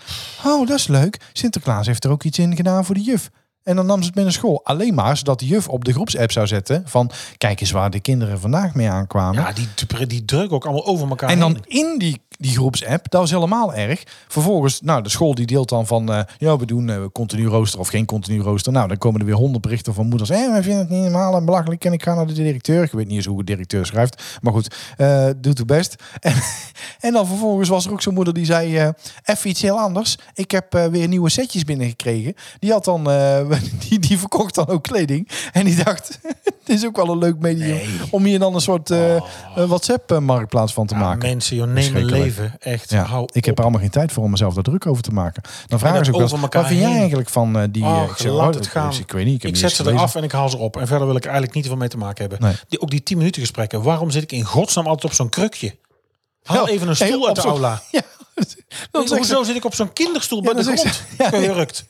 oh, dat is leuk. Sinterklaas heeft er ook iets in gedaan voor de juf. En dan nam ze het binnen school. Alleen maar zodat de juf op de groepsapp zou zetten van... kijk eens waar de kinderen vandaag mee aankwamen. Ja, die, die druk ook allemaal over elkaar En dan heen. in die, die groepsapp, dat is helemaal erg. Vervolgens, nou, de school die deelt dan van... eh, ja, we doen eh, continu rooster of geen continu rooster. Nou, dan komen er weer honderd berichten van moeders. Hé, wij vinden het niet normaal en belachelijk. En ik ga naar de directeur. Ik weet niet eens hoe de directeur schrijft. Maar goed, eh, doet het best. En, en dan vervolgens was er ook zo'n moeder die zei... eh, even iets heel anders. Ik heb eh, weer nieuwe setjes binnengekregen. Die had dan... eh, die, die verkocht dan ook kleding. En die dacht... het is ook wel een leuk medium om hier dan een soort eh, WhatsApp-marktplaats van te Ja, maken. mensen, joh, neem een Verschrikkelijk. leven. Echt, Ja, hou ik heb er allemaal geen tijd voor om mezelf daar druk over te maken. Dan vragen dat ze ook wel, over eens, elkaar wat vind jij heen. eigenlijk van eh, die... eh, Ach, ik zeg, laat oh, het ik- gaan. Ik, weet niet, ik, Ik, heb niet zet eens ze eraf gelezen. en ik haal ze op. En verder wil ik eigenlijk niet veel mee te maken hebben. Nee. Die, ook die 10 minuten gesprekken. Waarom zit ik in godsnaam altijd op zo'n krukje? Haal Ja, even een stoel hey, uit de op zo'n- aula. Ja, dus, dan Nee, maar zegt ze, hoezo zit ik op zo'n kinderstoel Ja, bij de dan zegt grond ze- ja, nee. gehurkt?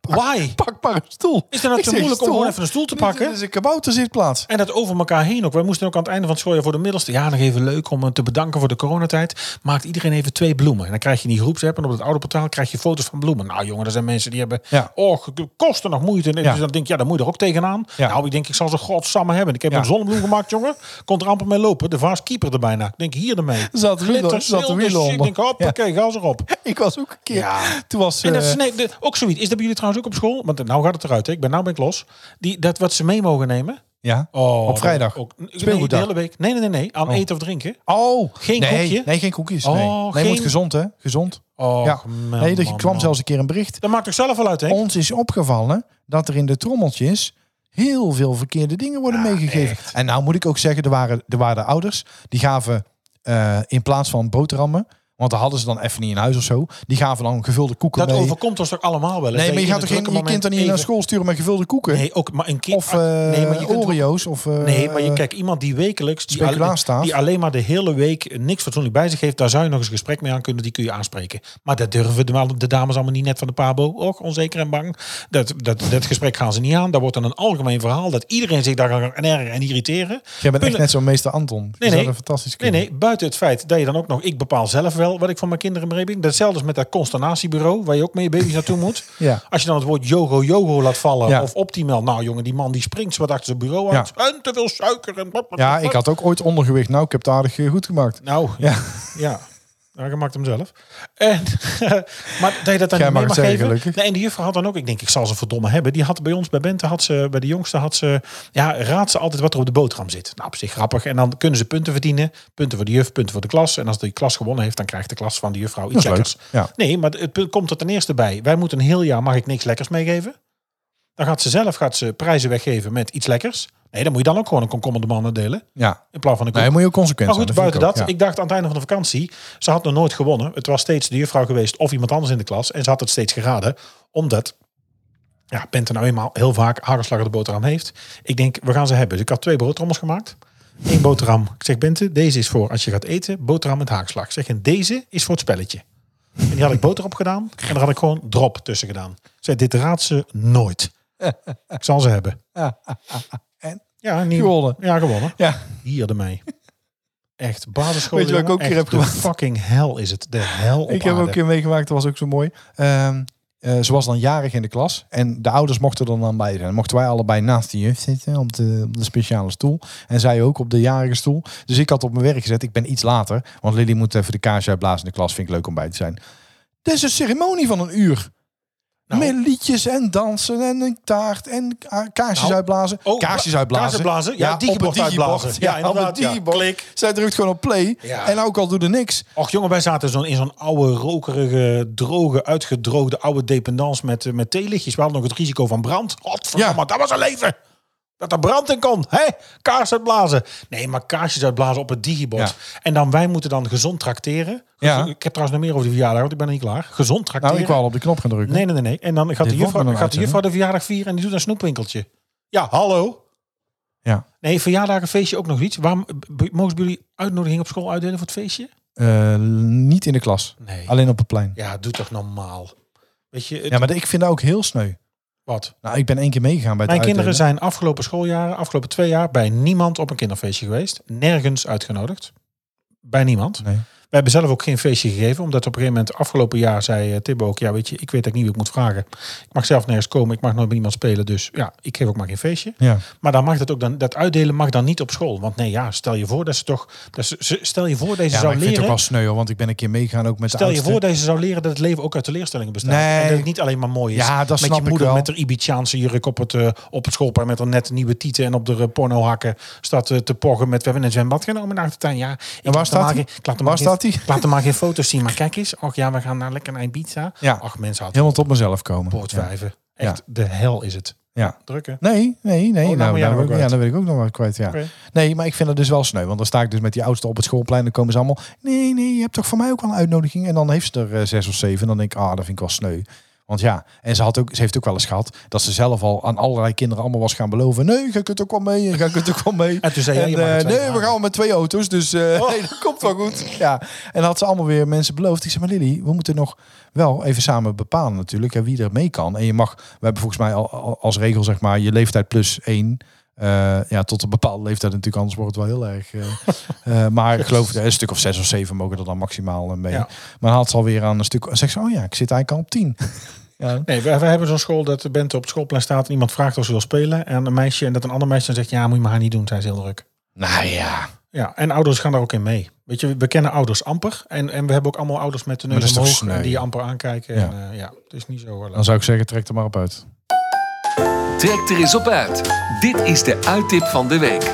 Why? pak maar een stoel. Is dat nou Ik te zeg, moeilijk om stoel? gewoon even een stoel te Dit- pakken? Dit is een kabouterzitplaats. En dat over elkaar heen ook. Wij moesten ook aan het einde van het schooljaar voor de middelste... Ja, nog even leuk om eh, te bedanken voor de coronatijd. Maakt iedereen even twee bloemen. En dan krijg je in die groepsapp en op het oude portaal krijg je foto's van bloemen. Nou jongen, dat zijn mensen die hebben... Ja. Oh, kosten nog moeite. En Ja. dus dan denk je, ja, dan moet je er ook tegenaan. Ja. Nou, ik denk, ik zal ze godsamme hebben. Ik heb Ja. een zonnebloem gemaakt, jongen. Kon er amper mee lopen. De vaas keeper er bijna. Ik denk, hier ermee. Zat de wiel- Glitters, zat de wilde wiel shit. onder. Ik denk, hoppakee, ga ze erop. Ik was ook een keer... Ja. Toen was... En dat is eh, nee, de- ook zoiets. Is dat bij jullie trouwens ook op school? Want eh, nou gaat het eruit. Hè. Ik ben nou ben ik los. Die, dat wat ze mee mogen nemen. ja. Oh, Op vrijdag. Ook, ik Speelgoeddag. bedoel, de hele week. Nee, nee, nee, nee. Aan Oh. eten of drinken. Oh, Geen nee, koekje? Nee, geen koekjes. nee, Oh, nee moet geen- gezond, hè? Gezond. Oh, ja. man, nee, er man, kwam man. zelfs een keer een bericht. Dat maakt toch zelf wel uit, hè? Ons is opgevallen dat er in de trommeltjes heel veel verkeerde dingen worden meegegeven. Ah, echt. En nou moet ik ook zeggen, er waren, er waren ouders die gaven eh, in plaats van boterhammen, want daar hadden ze dan even niet in huis of zo, die gaven dan gevulde koeken Dat mee. overkomt ons toch allemaal wel eens. nee, Dat maar je in gaat een toch geen drukke je kind moment dan niet even- naar school sturen met gevulde koeken? Nee, ook maar een kind. ah, Of eh nee, maar je kunt ook- Oreo's? Of, eh, Nee, maar je kijk, iemand die wekelijks die, Speculaas alleen- staat. die alleen maar de hele week niks fatsoenlijk bij zich heeft, daar zou je nog eens een gesprek mee aan kunnen, die kun je aanspreken. Maar dat durven de, de dames allemaal niet net van de Pabo. Och, onzeker en bang. Dat, dat, dat gesprek gaan ze niet aan. Daar wordt dan een algemeen verhaal dat iedereen zich daar aan aan ergeren en irriteren. Jij bent echt Punten- net zo'n meester Anton. Je Nee, zou nee. dat fantastisch Nee, kunnen. nee, buiten het feit dat je dan ook nog, ik bepaal zelf wel wat ik van mijn kinderen meebring. Datzelfde is met dat consternatiebureau, waar je ook mee je baby's naartoe moet. Ja. Als je dan het woord yogo yogo laat vallen Ja. of optimal. Nou jongen, die man die springt zo wat achter zijn bureau uit. En te veel suiker en Ja, blablabla. ik had ook ooit ondergewicht. Nou, ik heb het aardig eh, goed gemaakt. Nou, Ja. ja. ja. Ja, je maakt hem zelf. En, maar dat je dat Jij mag dan niet mee het mag zeggen, geven. gelukkig. Nee, en de juffrouw had dan ook, ik denk, ik zal ze verdomme hebben. Die had bij ons, bij Bente had ze, bij de jongste had ze, ja, raadt ze altijd wat er op de boterham zit. Nou, op zich grappig. En dan kunnen ze punten verdienen. Punten voor de juf, punten voor de klas. En als de klas gewonnen heeft, dan krijgt de klas van de juffrouw iets Dat is leuk. lekkers. Ja. Nee, maar het punt komt er ten eerste bij. Wij moeten een heel jaar, mag ik niks lekkers meegeven? Dan gaat ze zelf gaat ze prijzen weggeven met iets lekkers. Nee, dan moet je dan ook gewoon een komkommer de mannen delen. ja. In plaats van een Nee, moet je ook consequent maar zijn. goed, vind ik buiten dat, ook, ja. ik dacht aan het einde van de vakantie, ze had nog nooit gewonnen. Het was steeds de juffrouw geweest of iemand anders in de klas. En ze had het steeds geraden, omdat ja, Bente nou eenmaal heel vaak hagelslag aan de boterham heeft. Ik denk, we gaan ze hebben. Dus ik had twee boterhammers gemaakt. Eén boterham. Ik zeg, Bente, deze is voor als je gaat eten, boterham met hagelslag. Ik zeg, en deze is voor het spelletje. En die had ik boter op gedaan en daar had ik gewoon drop tussen gedaan. Ik zei, dit raadt ze nooit. Ik zal ze hebben. En? Ja, niet, Gewonnen. Ja, gewonnen Ja. hierde mij. Echt, basisschool. Weet je wat ik jongen, ook een keer echt heb de gedaan? fucking hel is het. De hel op Ik heb ook aarde. een keer meegemaakt, dat was ook zo mooi. Ehm, eh, ze was dan jarig in de klas en de ouders mochten er dan bij zijn. Dan mochten wij allebei naast die juf zitten op de, op de speciale stoel. En zij ook op de jarige stoel. Dus ik had op mijn werk gezet, ik ben iets later. Want Lily moet even de kaarsje uitblazen in de klas, vind ik leuk om bij te zijn. Dit is een ceremonie van een uur. Nou. Met liedjes en dansen en een taart en ka- kaarsjes Nou. uitblazen. Oh, kaarsjes bla- uitblazen. kaarsen blazen? Ja, digibord op een uitblazen. Ja, Ja, op inderdaad, een ja. digibord. Klik. Zij drukt gewoon op play. Ja. En ook al doet er niks. Och jongen, wij zaten zo in zo'n oude, rokerige, droge, uitgedroogde oude dependance met, eh, met theelichtjes. We hadden nog het risico van brand. Godverdomme, Ja. dat was een leven. Dat er brand in kon. Hé, kaars uitblazen. Nee, maar kaarsjes uitblazen op het digibord. En dan wij moeten dan gezond tracteren. Ja. Ik heb trouwens nog meer over de verjaardag, want ik ben nog niet klaar. Gezond tracteren. Nou, ik wou al op de knop gaan drukken. Nee, nee, nee, nee. En dan gaat, Dit de wordt juffrouw, wel een gaat de juffrouw de verjaardag vieren en die doet een snoepwinkeltje. Ja, hallo. Ja. Nee, verjaardagen, feestje ook nog iets. Waarom b- b- mogen jullie uitnodiging op school uitdelen voor het feestje? Eh, niet in de klas. Nee. Alleen op het plein. Ja, doe toch normaal. Weet je, het, Ja, maar ik vind dat ook heel sneu. wat? Nou, ik ben één keer meegegaan bij het Mijn kinderen uitdelen. zijn afgelopen schooljaren, afgelopen twee jaar, bij niemand op een kinderfeestje geweest. Nergens uitgenodigd. Bij niemand. Nee. We hebben zelf ook geen feestje gegeven, omdat op een gegeven moment afgelopen jaar zei eh, Tibbo ook, ja weet je, ik weet dat ik niet wie ik moet vragen. Ik mag zelf nergens komen, ik mag nooit met iemand spelen, dus ja, ik geef ook maar geen feestje. Ja. Maar dan mag dat ook dan, dat uitdelen mag dan niet op school, want nee ja, stel je voor dat ze toch, dat ze- ze, stel je voor dat ze Ja, maar zou ik vind het ook wel leren. sneu, hoor, want ik ben een keer meegegaan ook met Stel de je voor oudste. dat ze zou leren dat het leven ook uit teleurstellingen bestaat. Nee. En dat het niet alleen maar mooi is. Ja, dat met snap ik je moeder wel. met haar Ibizaanse jurk op het, eh, op het schoolplein met haar net nieuwe tieten en op de eh, pornohakken staat eh, te poggen met we hebben een zwembad genomen in de achtertuin. Ja, ik laat waar er staat maar die? geen- ik laat er Waar maar geen- staat die? ik Laat er maar geen foto's zien. Maar kijk eens. Och ja, we gaan naar lekker naar Ibiza. Ja. Ach mensen, had Helemaal tot mezelf komen. Ja. poortwijven. Echt, de hel is het. Ja. Drukken. Nee, nee, nee. Oh, nou, nou ben jij daar nog ben ik- wel ja, kwijt. dat weet ik ook nog wel kwijt. Ja. Oké. Nee, maar ik vind het dus wel sneu. Want dan sta ik dus met die oudste op het schoolplein. Dan komen ze allemaal. Nee, nee, je hebt toch voor mij ook wel een uitnodiging. En dan heeft ze er eh, zes of zeven. En dan denk ik, ah, dat vind ik wel sneu. Want ja, en ze, had ook, ze heeft ook wel eens gehad dat ze zelf al aan allerlei kinderen allemaal was gaan beloven. Nee, jij kunt ook wel mee, en jij kunt ook wel mee. En toen zei jij, je eh, mag het Oh. nee, zelf we maken. gaan met twee auto's, dus eh, nee, dat komt wel goed. Ja. En dan had ze allemaal weer mensen beloofd. Ik zei, maar Lily, we moeten nog wel even samen bepalen natuurlijk hè, wie er mee kan. En je mag, we hebben volgens mij al, al- als regel zeg maar je leeftijd plus één. Eh, ja, tot een bepaalde leeftijd natuurlijk, anders wordt het wel heel erg. eh, eh, maar ik geloof eh, een stuk of zes of zeven mogen er dan maximaal eh, mee. Ja. Maar dan had ze alweer aan een stuk, zegt ze, oh ja, ik zit eigenlijk al op tien. ja. Nee, wij, wij hebben zo'n school dat de bent op het schoolplein staat en iemand vraagt of ze wil spelen. En een meisje en dat een ander meisje dan zegt, ja, moet je maar haar niet doen, zijn ze heel druk. Nou ja, Ja, en ouders gaan daar ook in mee. Weet je, we kennen ouders amper. En, en we hebben ook allemaal ouders met de Maar dat neus is toch omhoog sneu? en die je amper aankijken. Ja. En, eh, ja, het is niet zo. eh, leuk. dan zou ik zeggen, trek er maar op uit. Trek er eens op uit. Dit is de uittip van de week.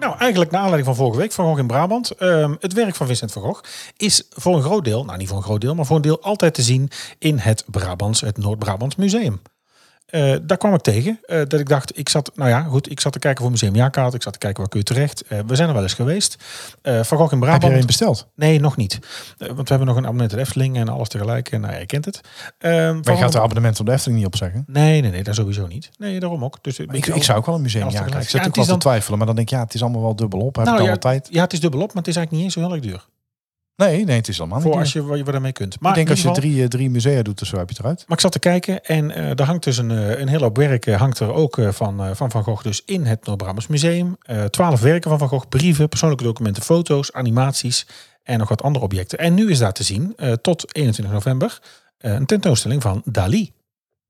Nou, eigenlijk naar aanleiding van vorige week, Van Gogh in Brabant. ehm, het werk van Vincent van Gogh is voor een groot deel, nou niet voor een groot deel, maar voor een deel altijd te zien in het Brabants, het Noord-Brabants Museum. Eh, daar kwam ik tegen. eh, dat ik dacht, ik zat, nou ja, goed, ik zat te kijken voor museumjaarkaart. Ik zat te kijken waar kun je terecht. Eh, we zijn er wel eens geweest. Eh van Gogh in Heb je er Brabant. een besteld? Nee, nog niet. Eh, want we hebben nog een abonnement op de Efteling en alles tegelijk. En nou, ja, je kent het. Ehm, Maar van je gaat er Gogh- abonnement op de Efteling niet op zeggen. Nee, nee, nee, daar sowieso niet. Nee, daarom ook. Dus Ik, ik zou ook wel een museum Alles ja, tegelijk. Ik zit Ja, ook het wel is te dan- twijfelen, maar dan denk ik, ja, het is allemaal wel dubbel op. Heb Nou ik al ja, altijd? Ja, het is dubbelop, maar het is eigenlijk niet eens zo heel erg duur. Nee, nee, het is allemaal niet. Voor duur. als je wat je wat ermee kunt. Maar ik denk in als ieder je geval- drie, eh, drie musea doet of zo, heb je het eruit. Maar ik zat te kijken en eh er hangt dus een, eh, een heel hoop werk eh, hangt er ook eh, van, eh, van Van Gogh dus in het Noord-Brabants Museum. Eh, Twaalf werken van Van Gogh, brieven, persoonlijke documenten, foto's, animaties en nog wat andere objecten. En nu is daar te zien, eh, tot 21 november, eh, een tentoonstelling van Dali.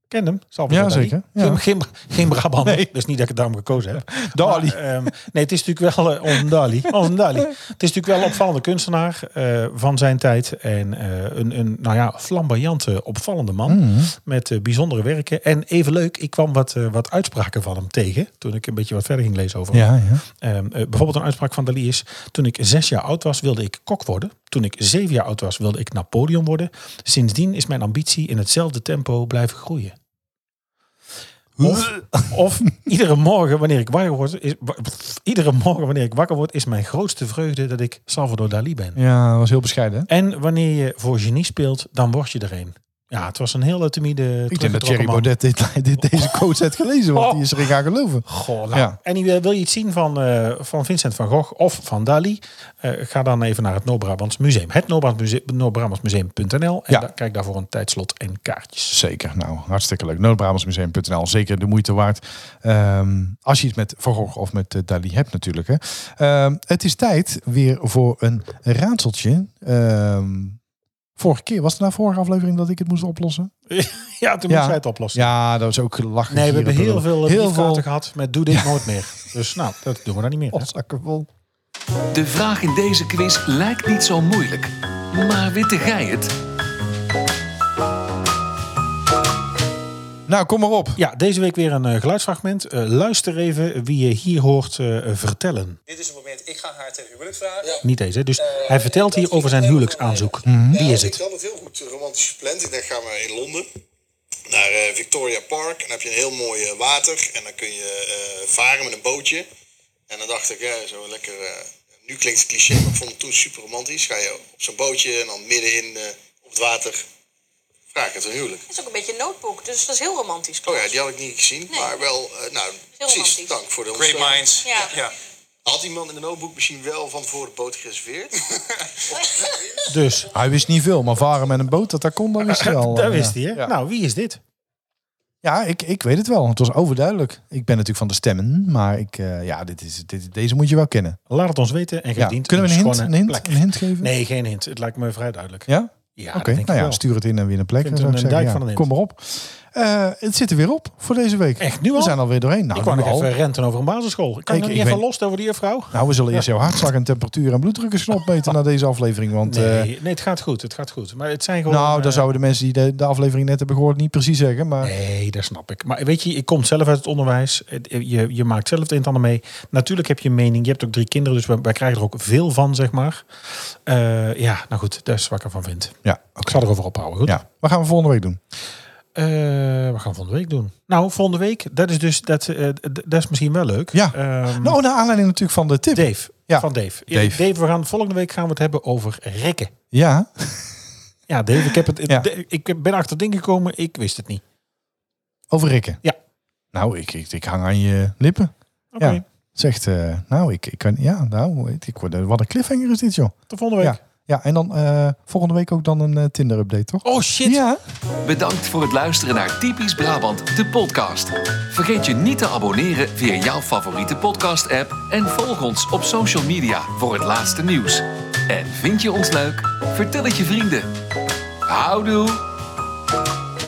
Ken hem? Salvador Ja, Dali. zeker. Ja. Geen, geen, geen Brabant, dus niet dat ik het daarom gekozen heb. Dali. Maar, ehm, nee, het is natuurlijk wel eh, om Dali. Om Dali. Het is natuurlijk wel een opvallende kunstenaar eh, van zijn tijd. En eh, een, een, nou ja, flamboyante, opvallende man. Mhm. Met eh, bijzondere werken. En even leuk, ik kwam wat, eh, wat uitspraken van hem tegen. Toen ik een beetje wat verder ging lezen over hem. Ja, ja. Ehm, eh, bijvoorbeeld een uitspraak van Dali is... Toen ik zes jaar oud was, wilde ik kok worden. Toen ik zeven jaar oud was, wilde ik Napoleon worden. Sindsdien is mijn ambitie in hetzelfde tempo blijven groeien. Of, of iedere morgen wanneer ik wakker word, is, wa- iedere morgen wanneer ik wakker word, is mijn grootste vreugde dat ik Salvador Dali ben. Ja, dat was heel bescheiden. hè? En wanneer je voor genie speelt, dan word je er een. Ja, het was een hele timide. Ik denk dat Thierry teruggetrokken man. Baudet dit, dit- deze quote heeft gelezen, Oh. want die is erin gaan geloven. Goh, nou. Ja. En die, eh, wil je iets zien van, eh, van Vincent van Gogh of van Dali? Eh, ga dan even naar het Noord-Brabants Museum. Het Noord-Brabants Museum.nl. En Ja. da- kijk daarvoor een tijdslot en kaartjes. Zeker, nou, hartstikke leuk. Noordbrabantsmuseum.nl, zeker de moeite waard. Ehm, als je iets met Van Gogh of met eh, Dali hebt natuurlijk. Hè. Ehm, het is tijd weer voor een raadseltje. Ehm, vorige keer, was het na vorige aflevering dat ik het moest oplossen? Ja, toen Ja. moest jij het oplossen. Ja, dat was ook lachen. Nee, we hebben heel veel eh, heel briefkaarten veel gehad met doe dit nooit meer. Dus nou, dat doen we dan niet meer. hè? potzakken vol. De vraag in deze quiz lijkt niet zo moeilijk. Maar witte jij het? Nou, kom maar op. Ja, deze week weer een eh, geluidsfragment. Eh, luister even wie je hier hoort eh, eh, vertellen. Dit is het moment, ik ga haar ten huwelijk vragen. Niet deze, hè. dus hij vertelt hier over zijn huwelijksaanzoek. Mhm. Wie is ik het? kan het heel goed eh, romantisch gepland. Ik denk, gaan we in Londen naar eh, Victoria Park. En dan heb je een heel mooi eh, water. En dan kun je eh, varen met een bootje. En dan dacht ik, eh, zo lekker... eh, nu klinkt het cliché, maar ik vond het toen super romantisch. Ga je op zo'n bootje en dan middenin eh op het water... Vraag ik het een huwelijk. Het is ook een beetje een notebook, dus dat is heel romantisch. Oh ja, die had ik niet gezien, maar wel... eh, nou, precies, romantisch. dank voor de Great ontstaan. minds. Ja. ja. Had iemand in de notebook misschien wel van tevoren de boot gereserveerd? Dus, Hij wist niet veel, maar varen met een boot, dat, dat kon, dat wist hij al. dat wist hij, eh, Ja. hè? Nou, wie is dit? Ja, ik, ik weet het wel. Het was overduidelijk. Ik ben natuurlijk van de stemmen, maar ik, eh, ja, dit is, dit, deze moet je wel kennen. Laat het ons weten en Ja. gedient. Kunnen we een hint, een, hint, plek. een hint geven? Nee, geen hint. Het lijkt me vrij duidelijk. Ja? Ja, Oké, dat denk nou ik ja, wel. stuur het in en weer een plek. vind zou een ik zeggen. dijk Ja, van een hint. Kom maar op. Eh, het zit er weer op voor deze week. Echt, nu We al? zijn alweer doorheen. Nou, ik wou nu nog al. even renten over een basisschool. Kan Ik- je nog ik niet even weet- los over die juffrouw? Nou, we zullen eerst jouw hartslag en temperatuur en bloeddrukkersknop meten na deze aflevering. Want eh, Nee, nee, het gaat goed. Het gaat goed. Maar het zijn gewoon... nou, eh, dan zouden de mensen die de, de aflevering net hebben gehoord niet precies zeggen. Maar Nee, dat snap ik. Maar weet je, ik kom zelf uit het onderwijs. Het- eh, Je, je maakt zelf het een en ander mee. Natuurlijk heb je een mening. Je hebt ook drie kinderen, dus wij, wij krijgen er ook veel van, zeg maar. Eh, ja, nou goed, dat is wat ik ervan vind. ja, Ik oké. zal erover ophouden, goed? ja, wat gaan we volgende week doen? Eh, wat gaan we volgende week doen? Nou, volgende week, dat is dus, dat, eh, d- dat is misschien wel leuk. Ja. Ehm, Nou, naar aanleiding natuurlijk van de tip. Dave. Ja. Van Dave. Ja, Dave. Dave. we gaan, volgende week gaan we het hebben over rekken. Ja, Ja, Dave, ik, heb het, Ja. de- ik ben achter dingen gekomen, ik wist het niet. over Rikke. Ja. Nou, ik, ik, ik hang aan je lippen. Oké, Ja. Zegt, eh, nou, ik, ik kan, ja, nou, ik, word- wat een cliffhanger is dit, joh. tot volgende week. Ja, en dan eh, volgende week ook dan een eh, Tinder-update, toch? Oh shit. Ja. Bedankt voor het luisteren naar Typisch Brabant, de podcast. Vergeet je niet te abonneren via jouw favoriete podcast-app en volg ons op social media voor het laatste nieuws. En vind je ons leuk? Vertel het je vrienden. Houdoe!